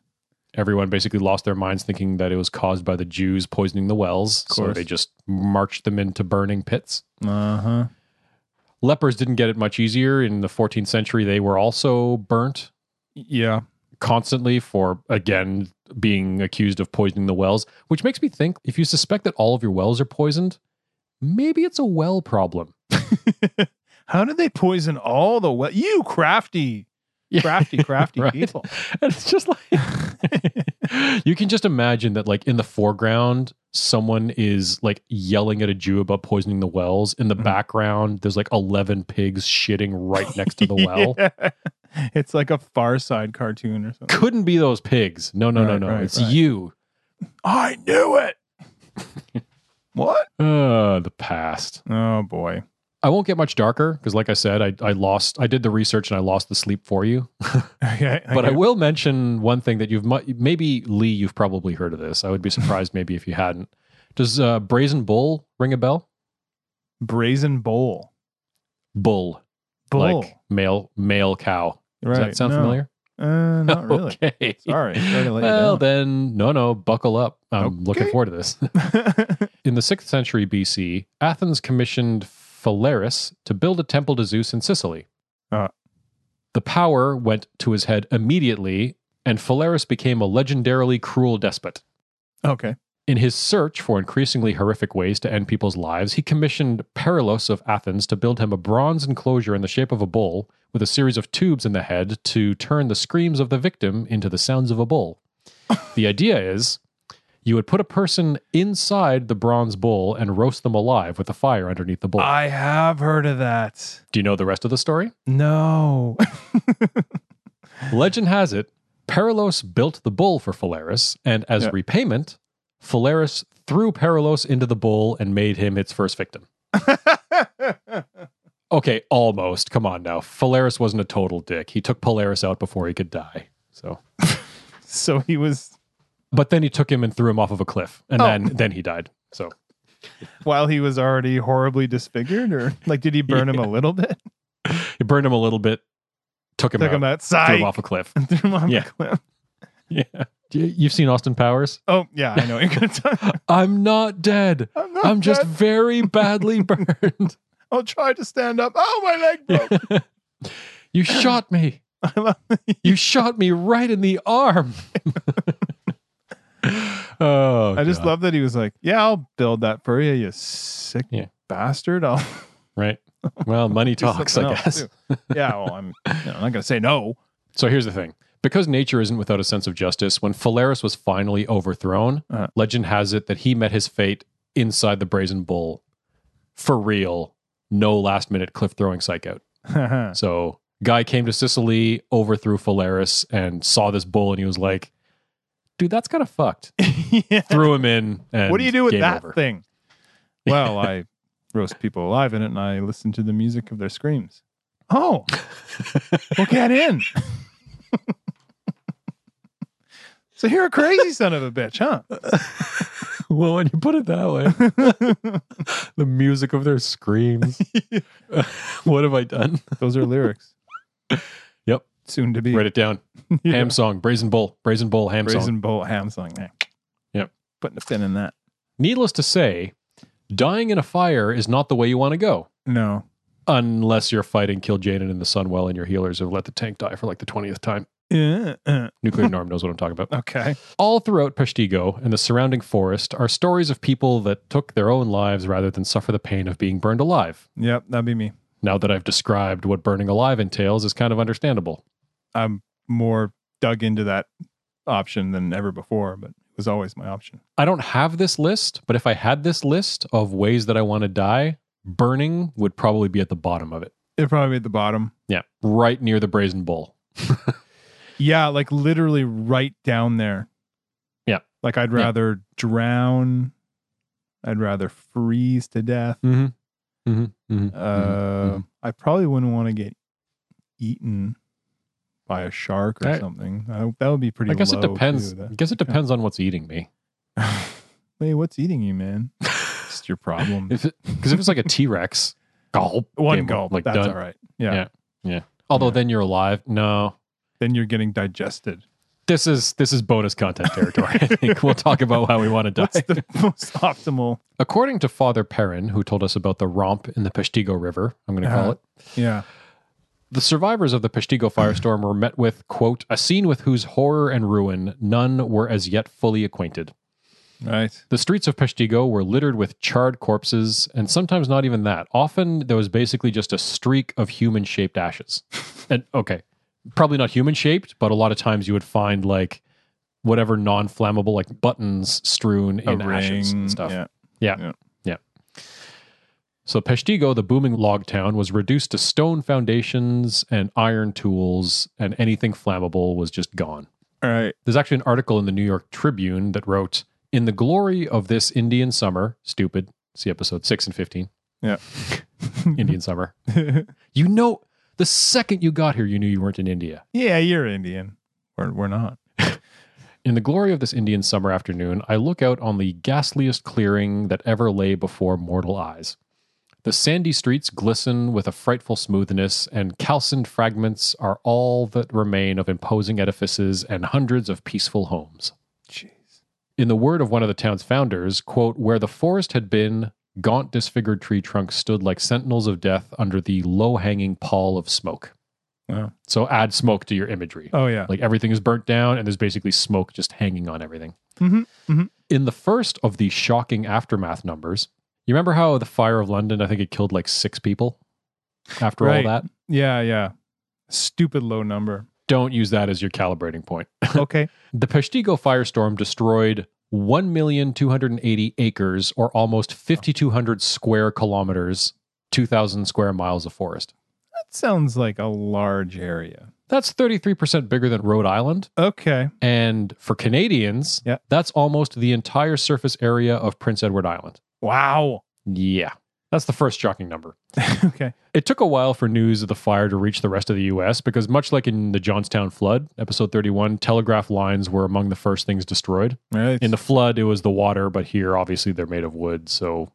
Speaker 1: everyone basically lost their minds thinking that it was caused by the Jews poisoning the wells.
Speaker 2: Of
Speaker 1: So
Speaker 2: course.
Speaker 1: they just marched them into burning pits.
Speaker 2: Uh huh.
Speaker 1: lepers didn't get it much easier in the 14th century they were also burnt
Speaker 2: Yeah.
Speaker 1: constantly for again being accused of poisoning the wells which makes me think if you suspect that all of your wells are poisoned maybe it's a well problem
Speaker 2: How did they poison all the well? You crafty,
Speaker 1: Yeah.
Speaker 2: crafty, crafty
Speaker 1: Right.
Speaker 2: people.
Speaker 1: and it's just like you can just imagine that like in the foreground someone is like yelling at a jew about poisoning the wells in the
Speaker 2: Mhm.
Speaker 1: background there's like 11 pigs shitting right next to the well
Speaker 2: Yeah. It's like a Far Side cartoon or something.
Speaker 1: couldn't be those pigs no no no
Speaker 2: Right,
Speaker 1: no
Speaker 2: right,
Speaker 1: it's
Speaker 2: right.
Speaker 1: you
Speaker 2: I knew it. what?
Speaker 1: Uh, the past.
Speaker 2: Oh boy.
Speaker 1: I won't get much darker because, like I said, I, I lost, I did the research and I lost the sleep for you.
Speaker 2: Okay.
Speaker 1: But I will mention one thing that you've mu- maybe, Lee, you've probably heard of this. I would be surprised maybe if you hadn't. Does uh, Brazen Bull ring a bell?
Speaker 2: brazen bowl.
Speaker 1: Bull.
Speaker 2: Bull.
Speaker 1: Like male, male cow.
Speaker 2: right.
Speaker 1: Does that sound
Speaker 2: No.
Speaker 1: familiar?
Speaker 2: Uh, not really.
Speaker 1: okay.
Speaker 2: Sorry. Sorry to let you
Speaker 1: Well,
Speaker 2: down.
Speaker 1: then, no, no, buckle up. I'm looking
Speaker 2: Okay.
Speaker 1: forward to this. In the 6th century BC, Athens commissioned Phalaris to build a temple to Zeus in Sicily.
Speaker 2: Ah.
Speaker 1: The power went to his head immediately, and Phalaris became a legendarily cruel despot.
Speaker 2: okay.
Speaker 1: In his search for increasingly horrific ways to end people's lives, he commissioned Perilos of Athens to build him a bronze enclosure in the shape of a bull, with a series of tubes in the head to turn the screams of the victim into the sounds of a bull. the idea is you would put a person inside the bronze bull and roast them alive with a fire underneath the bull.
Speaker 2: I have heard of that.
Speaker 1: Do you know the rest of the story?
Speaker 2: No.
Speaker 1: Legend has it, Perilos built the bull for Phalaris, and as
Speaker 2: Yeah.
Speaker 1: repayment, Phalaris threw Perilos into the bull and made him its first victim. Okay, almost. Come on now. Phalaris wasn't a total dick. He took Polaris out before he could die. So,
Speaker 2: so he was
Speaker 1: but then he took him and threw him off of a cliff, and
Speaker 2: Oh.
Speaker 1: then then he died. So,
Speaker 2: while he was already horribly disfigured, or like did he burn him a little bit?
Speaker 1: he burned him a little bit, took him
Speaker 2: Took
Speaker 1: out,
Speaker 2: him
Speaker 1: threw
Speaker 2: outside
Speaker 1: him off a cliff.
Speaker 2: and threw him off
Speaker 1: Yeah.
Speaker 2: the cliff.
Speaker 1: Yeah, Y- you've seen Austin Powers.
Speaker 2: Oh yeah, I know. what You're gonna talk.
Speaker 1: I'm not dead.
Speaker 2: I'm, not
Speaker 1: I'm just
Speaker 2: dead.
Speaker 1: very badly burned.
Speaker 2: I'll try to stand up. Oh, my leg broke.
Speaker 1: you shot me.
Speaker 2: I love
Speaker 1: You shot me right in the arm. oh,
Speaker 2: I just
Speaker 1: God.
Speaker 2: love that he was like, "Yeah, I'll build that for you, you sick
Speaker 1: Yeah.
Speaker 2: bastard." I'll
Speaker 1: right. Well, money
Speaker 2: do
Speaker 1: talks,
Speaker 2: something
Speaker 1: I
Speaker 2: else,
Speaker 1: guess.
Speaker 2: too." yeah, well, I'm, you know, I'm not gonna say no.
Speaker 1: So here's the thing. Because nature isn't without a sense of justice, when Phalaris was finally overthrown,
Speaker 2: Uh-huh.
Speaker 1: legend has it that he met his fate inside the brazen bull. for real, no last minute cliff throwing psych out.
Speaker 2: Uh-huh.
Speaker 1: So guy came to Sicily, overthrew Phalaris, and saw this bull, and he was like, "Dude, that's kind of fucked."
Speaker 2: yeah.
Speaker 1: Threw him in. And
Speaker 2: What do you do with
Speaker 1: game
Speaker 2: that
Speaker 1: over.
Speaker 2: thing? Well, I roast people alive in it and I listen to the music of their screams. Oh, well, get in. so you're a crazy son of a bitch, huh?
Speaker 1: well, when you put it that way, the music of their screams. what have I done?
Speaker 2: Those are lyrics.
Speaker 1: Yep.
Speaker 2: Soon to be.
Speaker 1: Write it down.
Speaker 2: Yeah.
Speaker 1: Ham song, brazen bull, brazen bull, ham song.
Speaker 2: Raisin Bolt ham song. Yeah.
Speaker 1: Yep.
Speaker 2: Putting a pin in that.
Speaker 1: Needless to say, dying in a fire is not the way you want to go.
Speaker 2: No.
Speaker 1: Unless you're fighting Kill Jaden and the Sunwell and your healers have let the tank die for like the 20th time.
Speaker 2: Yeah. uh,
Speaker 1: Nuclear Norm knows what I'm talking about.
Speaker 2: Okay.
Speaker 1: All throughout Peshtigo and the surrounding forest are stories of people that took their own lives rather than suffer the pain of being burned alive.
Speaker 2: Yep. That'd be me.
Speaker 1: Now that I've described what burning alive entails is kind of understandable.
Speaker 2: I'm more dug into that option than ever before, but it was always my option.
Speaker 1: I don't have this list, but if I had this list of ways that I want to die, burning would probably be at the bottom of it.
Speaker 2: It'd probably be at the bottom.
Speaker 1: Yeah, right near the brazen bull.
Speaker 2: Yeah, like literally right down there.
Speaker 1: Yeah.
Speaker 2: Like I'd
Speaker 1: Yeah.
Speaker 2: rather drown. I'd rather freeze to death.
Speaker 1: Mm-hmm. Mm-hmm.
Speaker 2: Uh,
Speaker 1: mhm.
Speaker 2: I probably wouldn't want to get eaten by a shark or
Speaker 1: I-
Speaker 2: something. I, that would be pretty.
Speaker 1: I guess it
Speaker 2: low,
Speaker 1: depends.
Speaker 2: too,
Speaker 1: I
Speaker 2: that-
Speaker 1: guess it depends on what's eating me.
Speaker 2: Hey, what's eating you, man? It's your problem.
Speaker 1: If because if it's like a T Rex, gulp,
Speaker 2: One
Speaker 1: game over,
Speaker 2: gulp,
Speaker 1: like
Speaker 2: that's
Speaker 1: done.
Speaker 2: all right. Yeah.
Speaker 1: Yeah. Although
Speaker 2: Yeah.
Speaker 1: then you're alive. No,
Speaker 2: Then you're getting digested.
Speaker 1: this is this is bonus content territory. I think we'll talk about how we want to die.
Speaker 2: What's the most optimal?
Speaker 1: According to Father Perrin, who told us about the romp in the Peshtigo River, I'm going to call
Speaker 2: Uh-huh.
Speaker 1: it.
Speaker 2: Yeah.
Speaker 1: The survivors of the Peshtigo firestorm were met with quote a scene with whose horror and ruin none were as yet fully acquainted.
Speaker 2: Right.
Speaker 1: The streets of Peshtigo were littered with charred corpses, and sometimes not even that. Often there was basically just a streak of human shaped ashes. and okay, probably not human shaped, but a lot of times you would find like whatever non flammable, like buttons strewn
Speaker 2: A
Speaker 1: in ashes
Speaker 2: ring,
Speaker 1: and stuff.
Speaker 2: Yeah.
Speaker 1: So Peshtigo, the booming log town, was reduced to stone foundations and iron tools, and anything flammable was just gone.
Speaker 2: All right.
Speaker 1: There's actually an article in the New York Tribune that wrote, In the glory of this Indian summer, stupid, see episode 6 and 15,
Speaker 2: Yeah.
Speaker 1: Indian summer. You know, the second you got here, you knew you weren't in India.
Speaker 2: yeah, you're Indian. We're, we're not.
Speaker 1: In the glory of this Indian summer afternoon, I look out on the ghastliest clearing that ever lay before mortal eyes. The sandy streets glisten with a frightful smoothness, and calcined fragments are all that remain of imposing edifices and hundreds of peaceful homes.
Speaker 2: Jeez.
Speaker 1: in the word of one of the town's founders, quote, where the forest had been, gaunt, disfigured tree trunks stood like sentinels of death under the low hanging pall of smoke.
Speaker 2: Wow.
Speaker 1: So add smoke to your imagery.
Speaker 2: Oh, yeah.
Speaker 1: Like everything is burnt down and there's basically smoke just hanging on everything.
Speaker 2: Mhm, mhm.
Speaker 1: In the first of the shocking aftermath numbers, you remember how the fire of London, I think it killed like six people after
Speaker 2: Right.
Speaker 1: all that?
Speaker 2: Yeah, yeah. Stupid low number.
Speaker 1: Don't use that as your calibrating point.
Speaker 2: Okay.
Speaker 1: The Peshtigo firestorm destroyed 1,280 acres or almost 5,200 square kilometers, 2,000 square miles of forest.
Speaker 2: that sounds like a large area.
Speaker 1: That's 33% bigger than Rhode Island.
Speaker 2: Okay.
Speaker 1: And for Canadians,
Speaker 2: Yeah.
Speaker 1: that's almost the entire surface area of Prince Edward Island.
Speaker 2: Wow.
Speaker 1: Yeah. That's the first shocking number.
Speaker 2: okay.
Speaker 1: It took a while for news of the fire to reach the rest of the US because, much like in the Johnstown flood, episode 31, telegraph lines were among the first things destroyed.
Speaker 2: Right.
Speaker 1: In the flood, it was the water, but here, obviously, they're made of wood. So,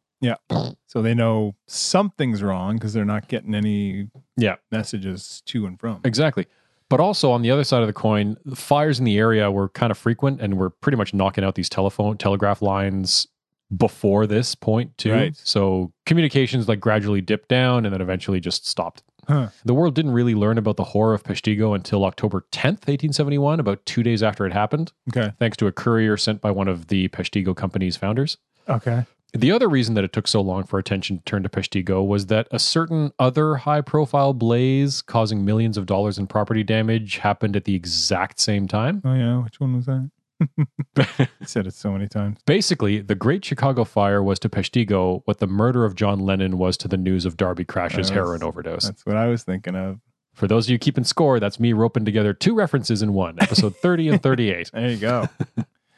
Speaker 2: so they know something's wrong because they're not getting any
Speaker 1: Yeah.
Speaker 2: messages to and from.
Speaker 1: exactly. But also on the other side of the coin, the fires in the area were kind of frequent, and we're pretty much knocking out these telephone telegraph lines before this point too.
Speaker 2: Right.
Speaker 1: So communications like gradually dipped down, and then eventually just stopped.
Speaker 2: Huh.
Speaker 1: The world didn't really learn about the horror of Peshtigo until October 10th, 1871, about two days after it happened,
Speaker 2: Okay.
Speaker 1: thanks to a courier sent by one of the Peshtigo company's founders.
Speaker 2: Okay.
Speaker 1: The other reason that it took so long for attention to turn to Peshtigo was that a certain other high profile blaze causing millions of dollars in property damage happened at the exact same time.
Speaker 2: Oh yeah. Which one was that? He said it so many times.
Speaker 1: Basically, the Great Chicago Fire was to Peshtigo what the murder of John Lennon was to the news of Darby Crash's
Speaker 2: That's-
Speaker 1: heroin overdose.
Speaker 2: That's what I was thinking of.
Speaker 1: For those of you keeping score, that's me roping together two references in one, episode 30 and 38.
Speaker 2: There you go.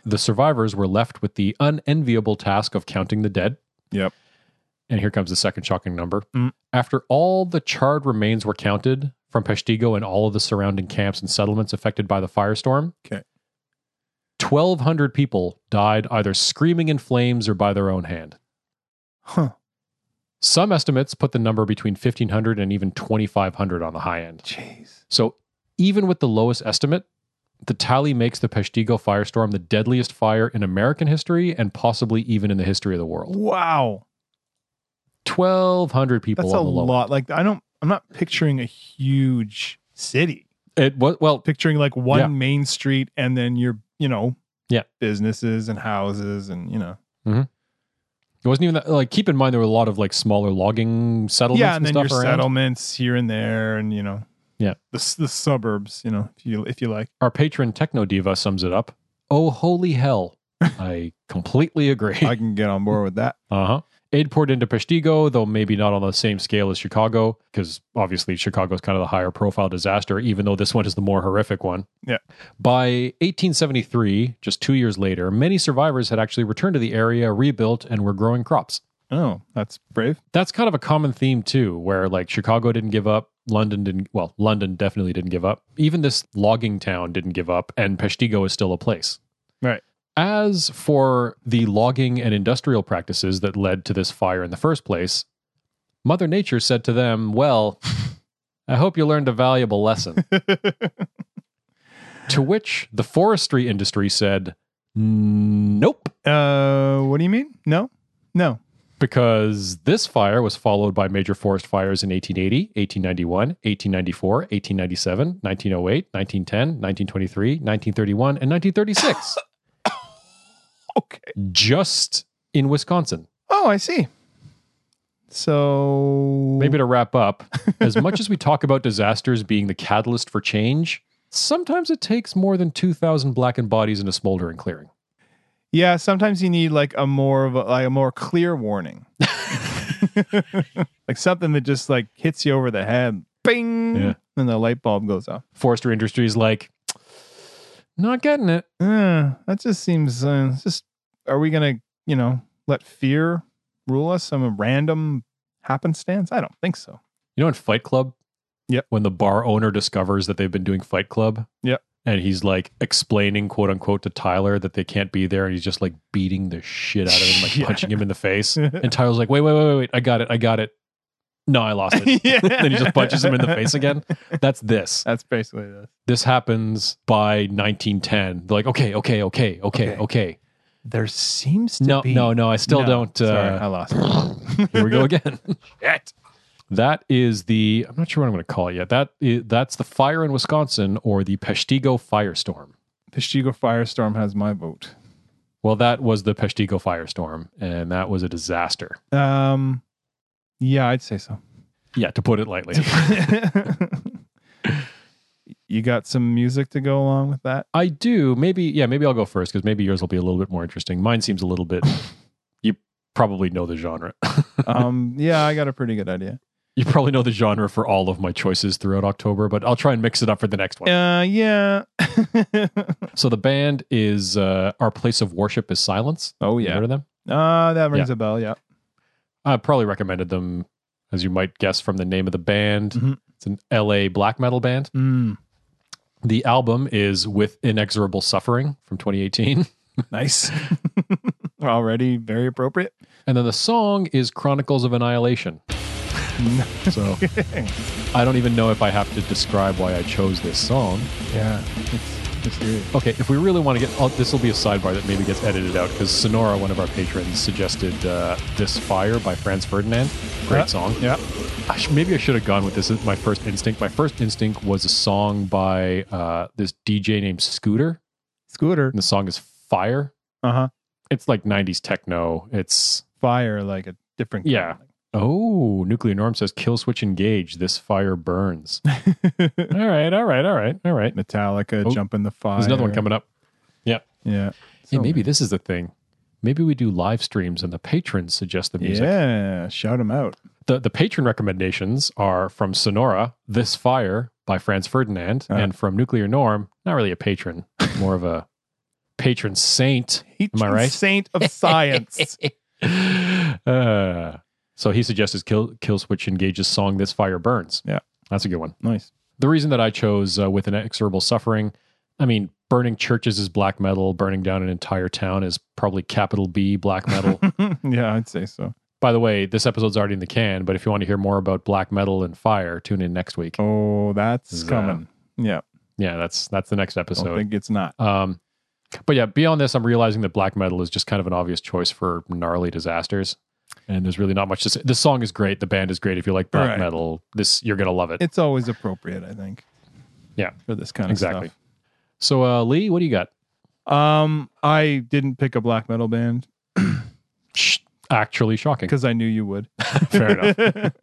Speaker 1: The survivors were left with the unenviable task of counting the dead.
Speaker 2: Yep.
Speaker 1: And here comes the second shocking number.
Speaker 2: Mm.
Speaker 1: After all the charred remains were counted from Peshtigo and all of the surrounding camps and settlements affected by the firestorm,
Speaker 2: Okay.
Speaker 1: 1,200 people died either screaming in flames or by their own hand.
Speaker 2: Huh.
Speaker 1: Some estimates put the number between 1,500 and even 2,500 on the high end.
Speaker 2: Jeez.
Speaker 1: So even with the lowest estimate, the tally makes the Peshtigo firestorm the deadliest fire in American history and possibly even in the history of the world.
Speaker 2: Wow.
Speaker 1: 1,200 people
Speaker 2: That's
Speaker 1: on
Speaker 2: a
Speaker 1: the low.
Speaker 2: lot. Like I don't I'm not picturing a huge city.
Speaker 1: It was, well,
Speaker 2: Picturing like one
Speaker 1: Yeah.
Speaker 2: main street and then your, you know,
Speaker 1: Yeah.
Speaker 2: businesses and houses and you know.
Speaker 1: it wasn't even that, like, keep in mind there were a lot of like smaller logging settlements
Speaker 2: yeah,
Speaker 1: and,
Speaker 2: and then your
Speaker 1: stuff around.
Speaker 2: settlements here and there and you know.
Speaker 1: Yeah.
Speaker 2: The s- the suburbs, you know, if you if you like.
Speaker 1: Our patron Techno Diva sums it up. Oh, holy hell. I completely agree.
Speaker 2: I can get on board with that.
Speaker 1: Uh huh. Aid poured into Peshtigo, though maybe not on the same scale as Chicago, because obviously Chicago's kind of the higher profile disaster, even though this one is the more horrific one.
Speaker 2: Yeah.
Speaker 1: By 1873, just two years later, many survivors had actually returned to the area, rebuilt, and were growing crops.
Speaker 2: Oh, that's brave.
Speaker 1: That's kind of a common theme, too, where like Chicago didn't give up, London didn't, well, London definitely didn't give up. Even this logging town didn't give up, and Peshtigo is still a place.
Speaker 2: Right.
Speaker 1: As for the logging and industrial practices that led to this fire in the first place, Mother Nature said to them, Well, I hope you learned a valuable lesson. to which the forestry industry said, Nope,
Speaker 2: Uh, what do you mean? No, no.
Speaker 1: because this fire was followed by major forest fires in 1880, 1891, 1894, 1897, 1908, 1910, 1923, 1931, and 1936,
Speaker 2: Okay.
Speaker 1: just in Wisconsin.
Speaker 2: Oh, I see. So
Speaker 1: maybe to wrap up, as much as we talk about disasters being the catalyst for change, sometimes it takes more than 2,000 blackened bodies in a smoldering clearing.
Speaker 2: yeah. Sometimes you need like a more of a, like a more clear warning, like something that just like hits you over the head, bing,
Speaker 1: Yeah.
Speaker 2: and the light bulb goes off.
Speaker 1: Forestry Industries like, not getting it.
Speaker 2: Uh, that just seems uh, it's just. Are we gonna you know let fear rule us? Some random happenstance? I don't think so.
Speaker 1: You know, in Fight Club,
Speaker 2: Yep.
Speaker 1: when the bar owner discovers that they've been doing Fight Club,
Speaker 2: Yep.
Speaker 1: and he's like explaining, quote unquote, to Tyler that they can't be there, and he's just like beating the shit out of him, like
Speaker 2: Yeah.
Speaker 1: punching him in the face. And Tyler's like, wait, wait, wait, wait, wait, I got it, I got it. No, I lost it.
Speaker 2: yeah.
Speaker 1: then he just punches him in the face again. That's this.
Speaker 2: That's basically this.
Speaker 1: this happens by 1910. They're like, okay, okay, okay, okay, okay.
Speaker 2: Okay. There seems to
Speaker 1: No,
Speaker 2: be
Speaker 1: no, no, I still
Speaker 2: No.
Speaker 1: don't.
Speaker 2: Sorry, I
Speaker 1: Uh,
Speaker 2: lost.
Speaker 1: here we go again.
Speaker 2: Shit.
Speaker 1: that is the, I'm not sure what I'm going to call it yet. That is, that's the fire in Wisconsin or the Peshtigo firestorm.
Speaker 2: Peshtigo Firestorm has my vote.
Speaker 1: Well, that was the Peshtigo firestorm, and that was a disaster.
Speaker 2: Um, yeah, I'd say so.
Speaker 1: Yeah, to put it lightly.
Speaker 2: you got some music to go along with that?
Speaker 1: I do. Maybe, yeah, maybe I'll go first because maybe yours will be a little bit more interesting. Mine seems a little bit, you probably know the genre.
Speaker 2: Um, yeah, I got a pretty good idea.
Speaker 1: You probably know the genre for all of my choices throughout October, but I'll try and mix it up for the next one.
Speaker 2: Uh, yeah.
Speaker 1: So the band is uh, Our Place of Worship is Silence.
Speaker 2: oh
Speaker 1: You heard
Speaker 2: yeah.
Speaker 1: of them?
Speaker 2: Uh, that rings a bell. Yeah.
Speaker 1: I probably recommended them, as you might guess from the name of the band.
Speaker 2: Mhm.
Speaker 1: It's an LA black metal band.
Speaker 2: Mm,
Speaker 1: The album is With Inexorable Suffering from 2018.
Speaker 2: nice. Already very appropriate.
Speaker 1: And then the song is Chronicles of Annihilation. so I don't even know if I have to describe why I chose this song.
Speaker 2: Yeah, it's mysterious.
Speaker 1: Okay, if we really want to get, oh, this will be a sidebar that maybe gets edited out because Sonora, one of our patrons, suggested uh, "This Fire" by Franz Ferdinand. Great
Speaker 2: Yeah.
Speaker 1: song.
Speaker 2: Yeah.
Speaker 1: I sh- maybe I should have gone with this. as My first instinct. My first instinct was a song by uh, this DJ named Scooter,
Speaker 2: Scooter.
Speaker 1: and the song is "Fire."
Speaker 2: Uh huh.
Speaker 1: It's like '90s techno. It's
Speaker 2: Fire like a different.
Speaker 1: Yeah. oh, Nuclear Norm says "Kill Switch Engage." This fire burns. all right, all right, all right, all right.
Speaker 2: Metallica
Speaker 1: Oh,
Speaker 2: jump in the fire.
Speaker 1: There's another one coming up. Yeah,
Speaker 2: Yeah.
Speaker 1: Hey,
Speaker 2: So
Speaker 1: maybe this is the thing. Maybe we do live streams and the patrons suggest the music.
Speaker 2: Yeah, shout them out.
Speaker 1: The the patron recommendations are from Sonora, This Fire by Franz Ferdinand,
Speaker 2: Ah.
Speaker 1: and from Nuclear Norm, not really a patron, more of a patron saint.
Speaker 2: Am
Speaker 1: I right?
Speaker 2: Saint of science.
Speaker 1: uh, so he suggested Kill Killswitch Engage's song This Fire Burns.
Speaker 2: Yeah.
Speaker 1: That's a good one.
Speaker 2: nice.
Speaker 1: The reason that I chose uh, with inexorable suffering, I mean, burning churches is black metal, burning down an entire town is probably capital B black metal.
Speaker 2: yeah, I'd say so.
Speaker 1: By the way, this episode's already in the can, but if you want to hear more about black metal and fire, tune in next week.
Speaker 2: Oh, that's
Speaker 1: Yeah.
Speaker 2: coming. Yeah,
Speaker 1: Yeah, that's that's the next
Speaker 2: don't
Speaker 1: episode.
Speaker 2: think it's not.
Speaker 1: Um but yeah, beyond this, I'm realizing that black metal is just kind of an obvious choice for gnarly disasters. And there's really not much to say. This song is great. The band is great. If you like black
Speaker 2: Right.
Speaker 1: metal, this you're gonna love it.
Speaker 2: It's always appropriate, I think.
Speaker 1: Yeah.
Speaker 2: for this kind of
Speaker 1: exactly.
Speaker 2: stuff.
Speaker 1: So uh Lee, what do you got?
Speaker 2: Um, I didn't pick a black metal band
Speaker 1: Shh, Actually shocking.
Speaker 2: because I knew you would.
Speaker 1: Fair enough.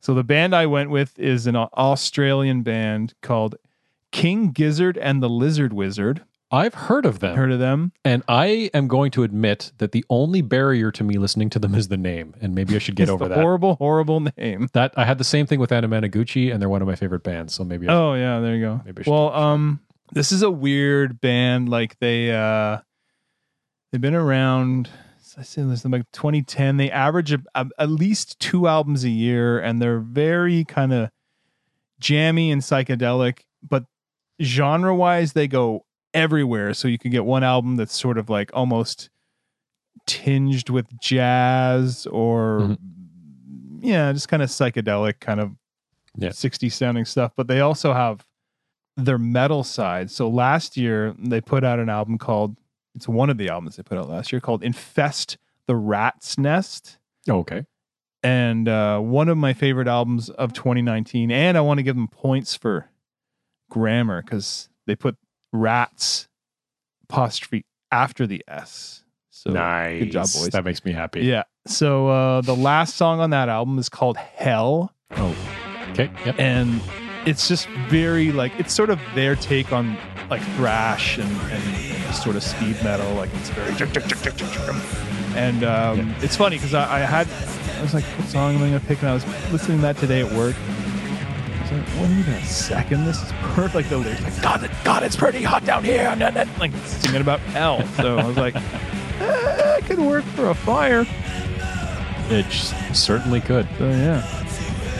Speaker 2: so the band I went with is an Au- Australian band called King Gizzard and the Lizard Wizard.
Speaker 1: I've heard of them.
Speaker 2: Heard of them?
Speaker 1: And I am going to admit that the only barrier to me listening to them is the name. And maybe I should get
Speaker 2: It's
Speaker 1: over
Speaker 2: the
Speaker 1: that.
Speaker 2: Horrible, horrible name.
Speaker 1: That I had the same thing with Anna Managuchi, and they're one of my favorite bands. So maybe I
Speaker 2: Oh yeah, there you go.
Speaker 1: Maybe I should
Speaker 2: well, um, this is a weird band. Like they uh, they've been around. I say this like 2010. They average a, a, at least two albums a year, and they're very kind of jammy and psychedelic. But genre wise, they go everywhere. So you can get one album that's sort of like almost tinged with jazz or yeah, just kind of psychedelic kind of
Speaker 1: Mm-hmm. Yeah.
Speaker 2: 60 sounding stuff, but they also have their metal side. So last year they put out an album called it's one of the albums they put out last year called Infest the Rat's Nest.
Speaker 1: oh, okay.
Speaker 2: And uh, one of my favorite albums of 2019. And I want to give them points for grammar because they put rats apostrophe after the S. So
Speaker 1: nice.
Speaker 2: job, boys.
Speaker 1: That makes me happy.
Speaker 2: yeah. So uh, the last song on that album is called Hell,
Speaker 1: Okay. Yep.
Speaker 2: and it's just very like it's sort of their take on like thrash and, and, and sort of speed metal. Like it's very and um, it's funny because I, I had I was like, what song am I gonna pick? And I was listening to that today at work. I was like, what are you gonna second? This is perfect. Like the lyrics, like God, it- God, it's pretty hot down here. and then- then, Like singing about hell. So I was like, eh, it could work for a fire.
Speaker 1: It s- certainly could.
Speaker 2: So yeah,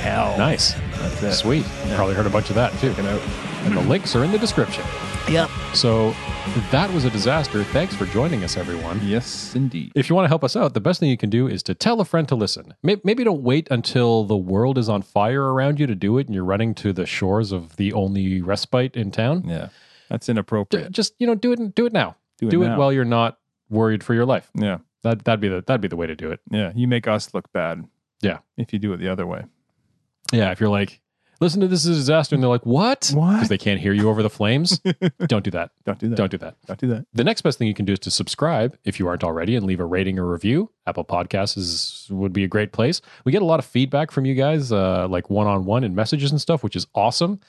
Speaker 2: hell.
Speaker 1: Nice.
Speaker 2: That's it.
Speaker 1: Sweet. Probably heard a bunch of that too. And the links are in the description.
Speaker 2: Yep.
Speaker 1: So that was a disaster. Thanks for joining us, everyone.
Speaker 2: Yes, indeed.
Speaker 1: If you want to help us out, the best thing you can do is to tell a friend to listen. May- Maybe don't wait until the world is on fire around you to do it and you're running to the shores of the only respite in town.
Speaker 2: Yeah, that's
Speaker 1: D-
Speaker 2: inappropriate.
Speaker 1: Just, you know, do it do it now.
Speaker 2: Do it
Speaker 1: do it
Speaker 2: now.
Speaker 1: while you're not worried for your life.
Speaker 2: Yeah,
Speaker 1: That that'd be the that'd be the way to do it.
Speaker 2: yeah. You make us look bad.
Speaker 1: Yeah.
Speaker 2: if you do it the other way.
Speaker 1: Yeah, if you're like, listen to this is a disaster, and they're like, what?
Speaker 2: What?
Speaker 1: Because they can't hear you over the flames. Don't do that.
Speaker 2: Don't do that.
Speaker 1: Don't do that.
Speaker 2: Don't do that.
Speaker 1: The next best thing you can do is to subscribe if you aren't already and leave a rating or review. Apple Podcasts is, would be a great place. We get a lot of feedback from you guys, uh, like one on one and messages and stuff, which is awesome.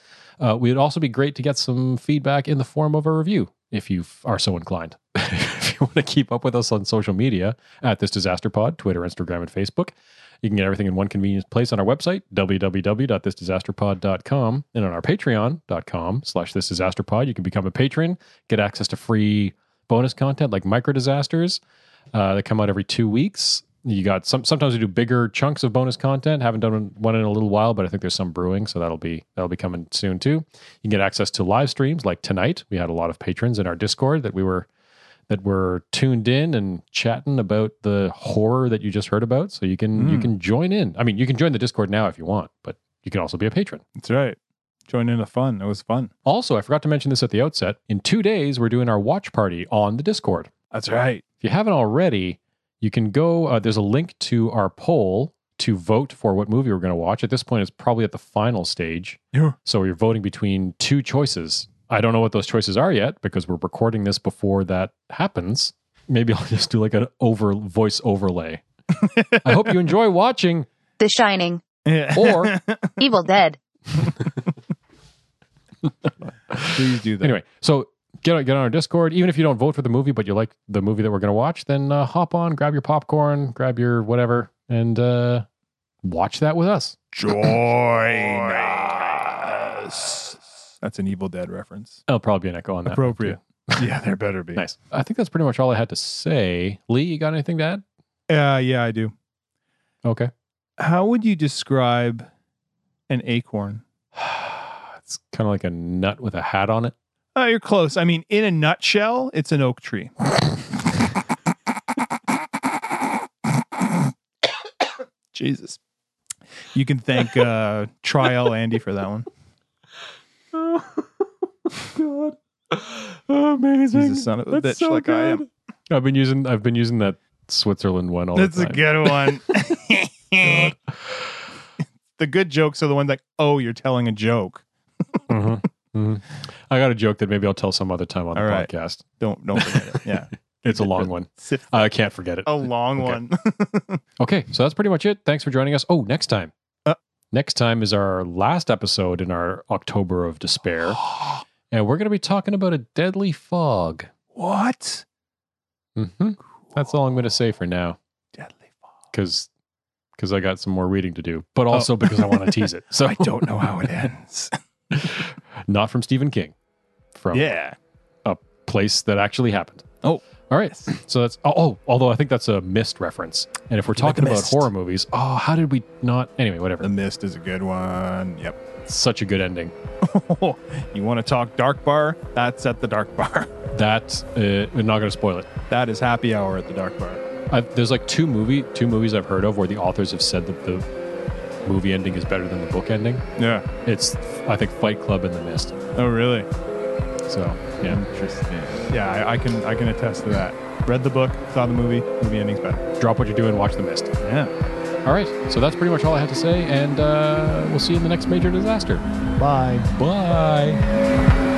Speaker 1: Uh, we'd also be great to get some feedback in the form of a review if you f- are so inclined. if you want to keep up with us on social media at This Disaster Pod, Twitter, Instagram, and Facebook, you can get everything in one convenient place on our website, www.thisdisasterpod.com. And on our patreon.com slash this disaster pod, you can become a patron, get access to free bonus content like micro disasters uh, that come out every two weeks. You got some. Sometimes we do bigger chunks of bonus content. Haven't done one in a little while, but I think there's some brewing, so that'll be that'll be coming soon too. You can get access to live streams like tonight. We had a lot of patrons in our Discord that we were that were tuned in and chatting about the horror that you just heard about. So you can you
Speaker 2: Mm.
Speaker 1: can join in. I mean, you can join the Discord now if you want, but you can also be a patron.
Speaker 2: That's right. Join in the fun. It was fun.
Speaker 1: Also, I forgot to mention this at the outset. In two days, we're doing our watch party on the Discord.
Speaker 2: That's right.
Speaker 1: If you haven't already, you can go. Uh, there's a link to our poll to vote for what movie we're going to watch. At this point, it's probably at the final stage.
Speaker 2: Yeah.
Speaker 1: So you're voting between two choices. I don't know what those choices are yet because we're recording this before that happens. Maybe I'll just do like an over voice overlay. I hope you enjoy watching.
Speaker 3: The Shining,
Speaker 2: Yeah.
Speaker 1: Or-
Speaker 3: Evil Dead,
Speaker 2: please do that.
Speaker 1: Anyway, so get on, get on our Discord. Even if you don't vote for the movie, but you like the movie that we're going to watch, then uh, hop on, grab your popcorn, grab your whatever, and uh, watch that with us.
Speaker 2: Join us. That's an Evil Dead reference.
Speaker 1: There'll probably be an echo on that. one,
Speaker 2: Appropriate. yeah, there better be.
Speaker 1: too. Nice. I think that's pretty much all I had to say. Lee, you got anything to add?
Speaker 2: Uh, yeah, I do.
Speaker 1: Okay.
Speaker 2: How would you describe an acorn?
Speaker 1: It's kind of like a nut with a hat on it.
Speaker 2: Oh, you're close. I mean, in a nutshell, it's an oak tree. Jesus. You can thank uh, Trial Andy for that one.
Speaker 1: Oh, God. Amazing.
Speaker 2: He's a son of a bitch like I am.
Speaker 1: I've been using I've been using that Switzerland one all
Speaker 2: That's
Speaker 1: the
Speaker 2: a
Speaker 1: time.
Speaker 2: good one.
Speaker 1: God.
Speaker 2: the good jokes are the ones like, oh, you're telling a joke.
Speaker 1: Mhm, mhm. I got a joke that maybe I'll tell some other time on the
Speaker 2: All right.
Speaker 1: podcast.
Speaker 2: Don't don't forget it. Oh. Yeah.
Speaker 1: It's a long one.
Speaker 2: Sift
Speaker 1: I can't forget it.
Speaker 2: a long
Speaker 1: Okay.
Speaker 2: one.
Speaker 1: Okay, so that's pretty much it. Thanks for joining us. Oh, next time.
Speaker 2: Uh.
Speaker 1: next time is our last episode in our October of Despair, and we're going to be talking about a deadly fog.
Speaker 2: what? Mm-hmm.
Speaker 1: hmm That's all I'm going to say for now,
Speaker 2: Deadly fall.
Speaker 1: because because I got some more reading to do, but
Speaker 2: Oh.
Speaker 1: also because I want to tease it. So
Speaker 2: I don't know how it ends.
Speaker 1: not from Stephen King, from
Speaker 2: yeah.
Speaker 1: a place that actually happened.
Speaker 2: Oh.
Speaker 1: All right. So that's oh, oh, although I think that's a missed reference. And if we're talking about
Speaker 2: Mist.
Speaker 1: horror movies, oh, how did we not? Anyway,
Speaker 2: The
Speaker 1: whatever.
Speaker 2: Mist is a good one. Yep.
Speaker 1: Such a good ending.
Speaker 2: Oh, you want to talk dark bar? That's at the dark bar.
Speaker 1: That uh, I'm not going to spoil it.
Speaker 2: That is happy hour at the dark bar.
Speaker 1: i there's like two movie two movies I've heard of where the authors have said that the movie ending is better than the book ending.
Speaker 2: Yeah.
Speaker 1: It's I think Fight Club and The Mist.
Speaker 2: Oh, really?
Speaker 1: So yeah,
Speaker 2: Interesting. Yeah, I, I can I can attest to that. Read the book, saw the movie. Movie ending's better.
Speaker 1: drop what you're doing, watch The Mist.
Speaker 2: Yeah.
Speaker 1: All right. So that's pretty much all I had to say, and uh, we'll see you in the next major disaster.
Speaker 2: Bye.
Speaker 1: Bye.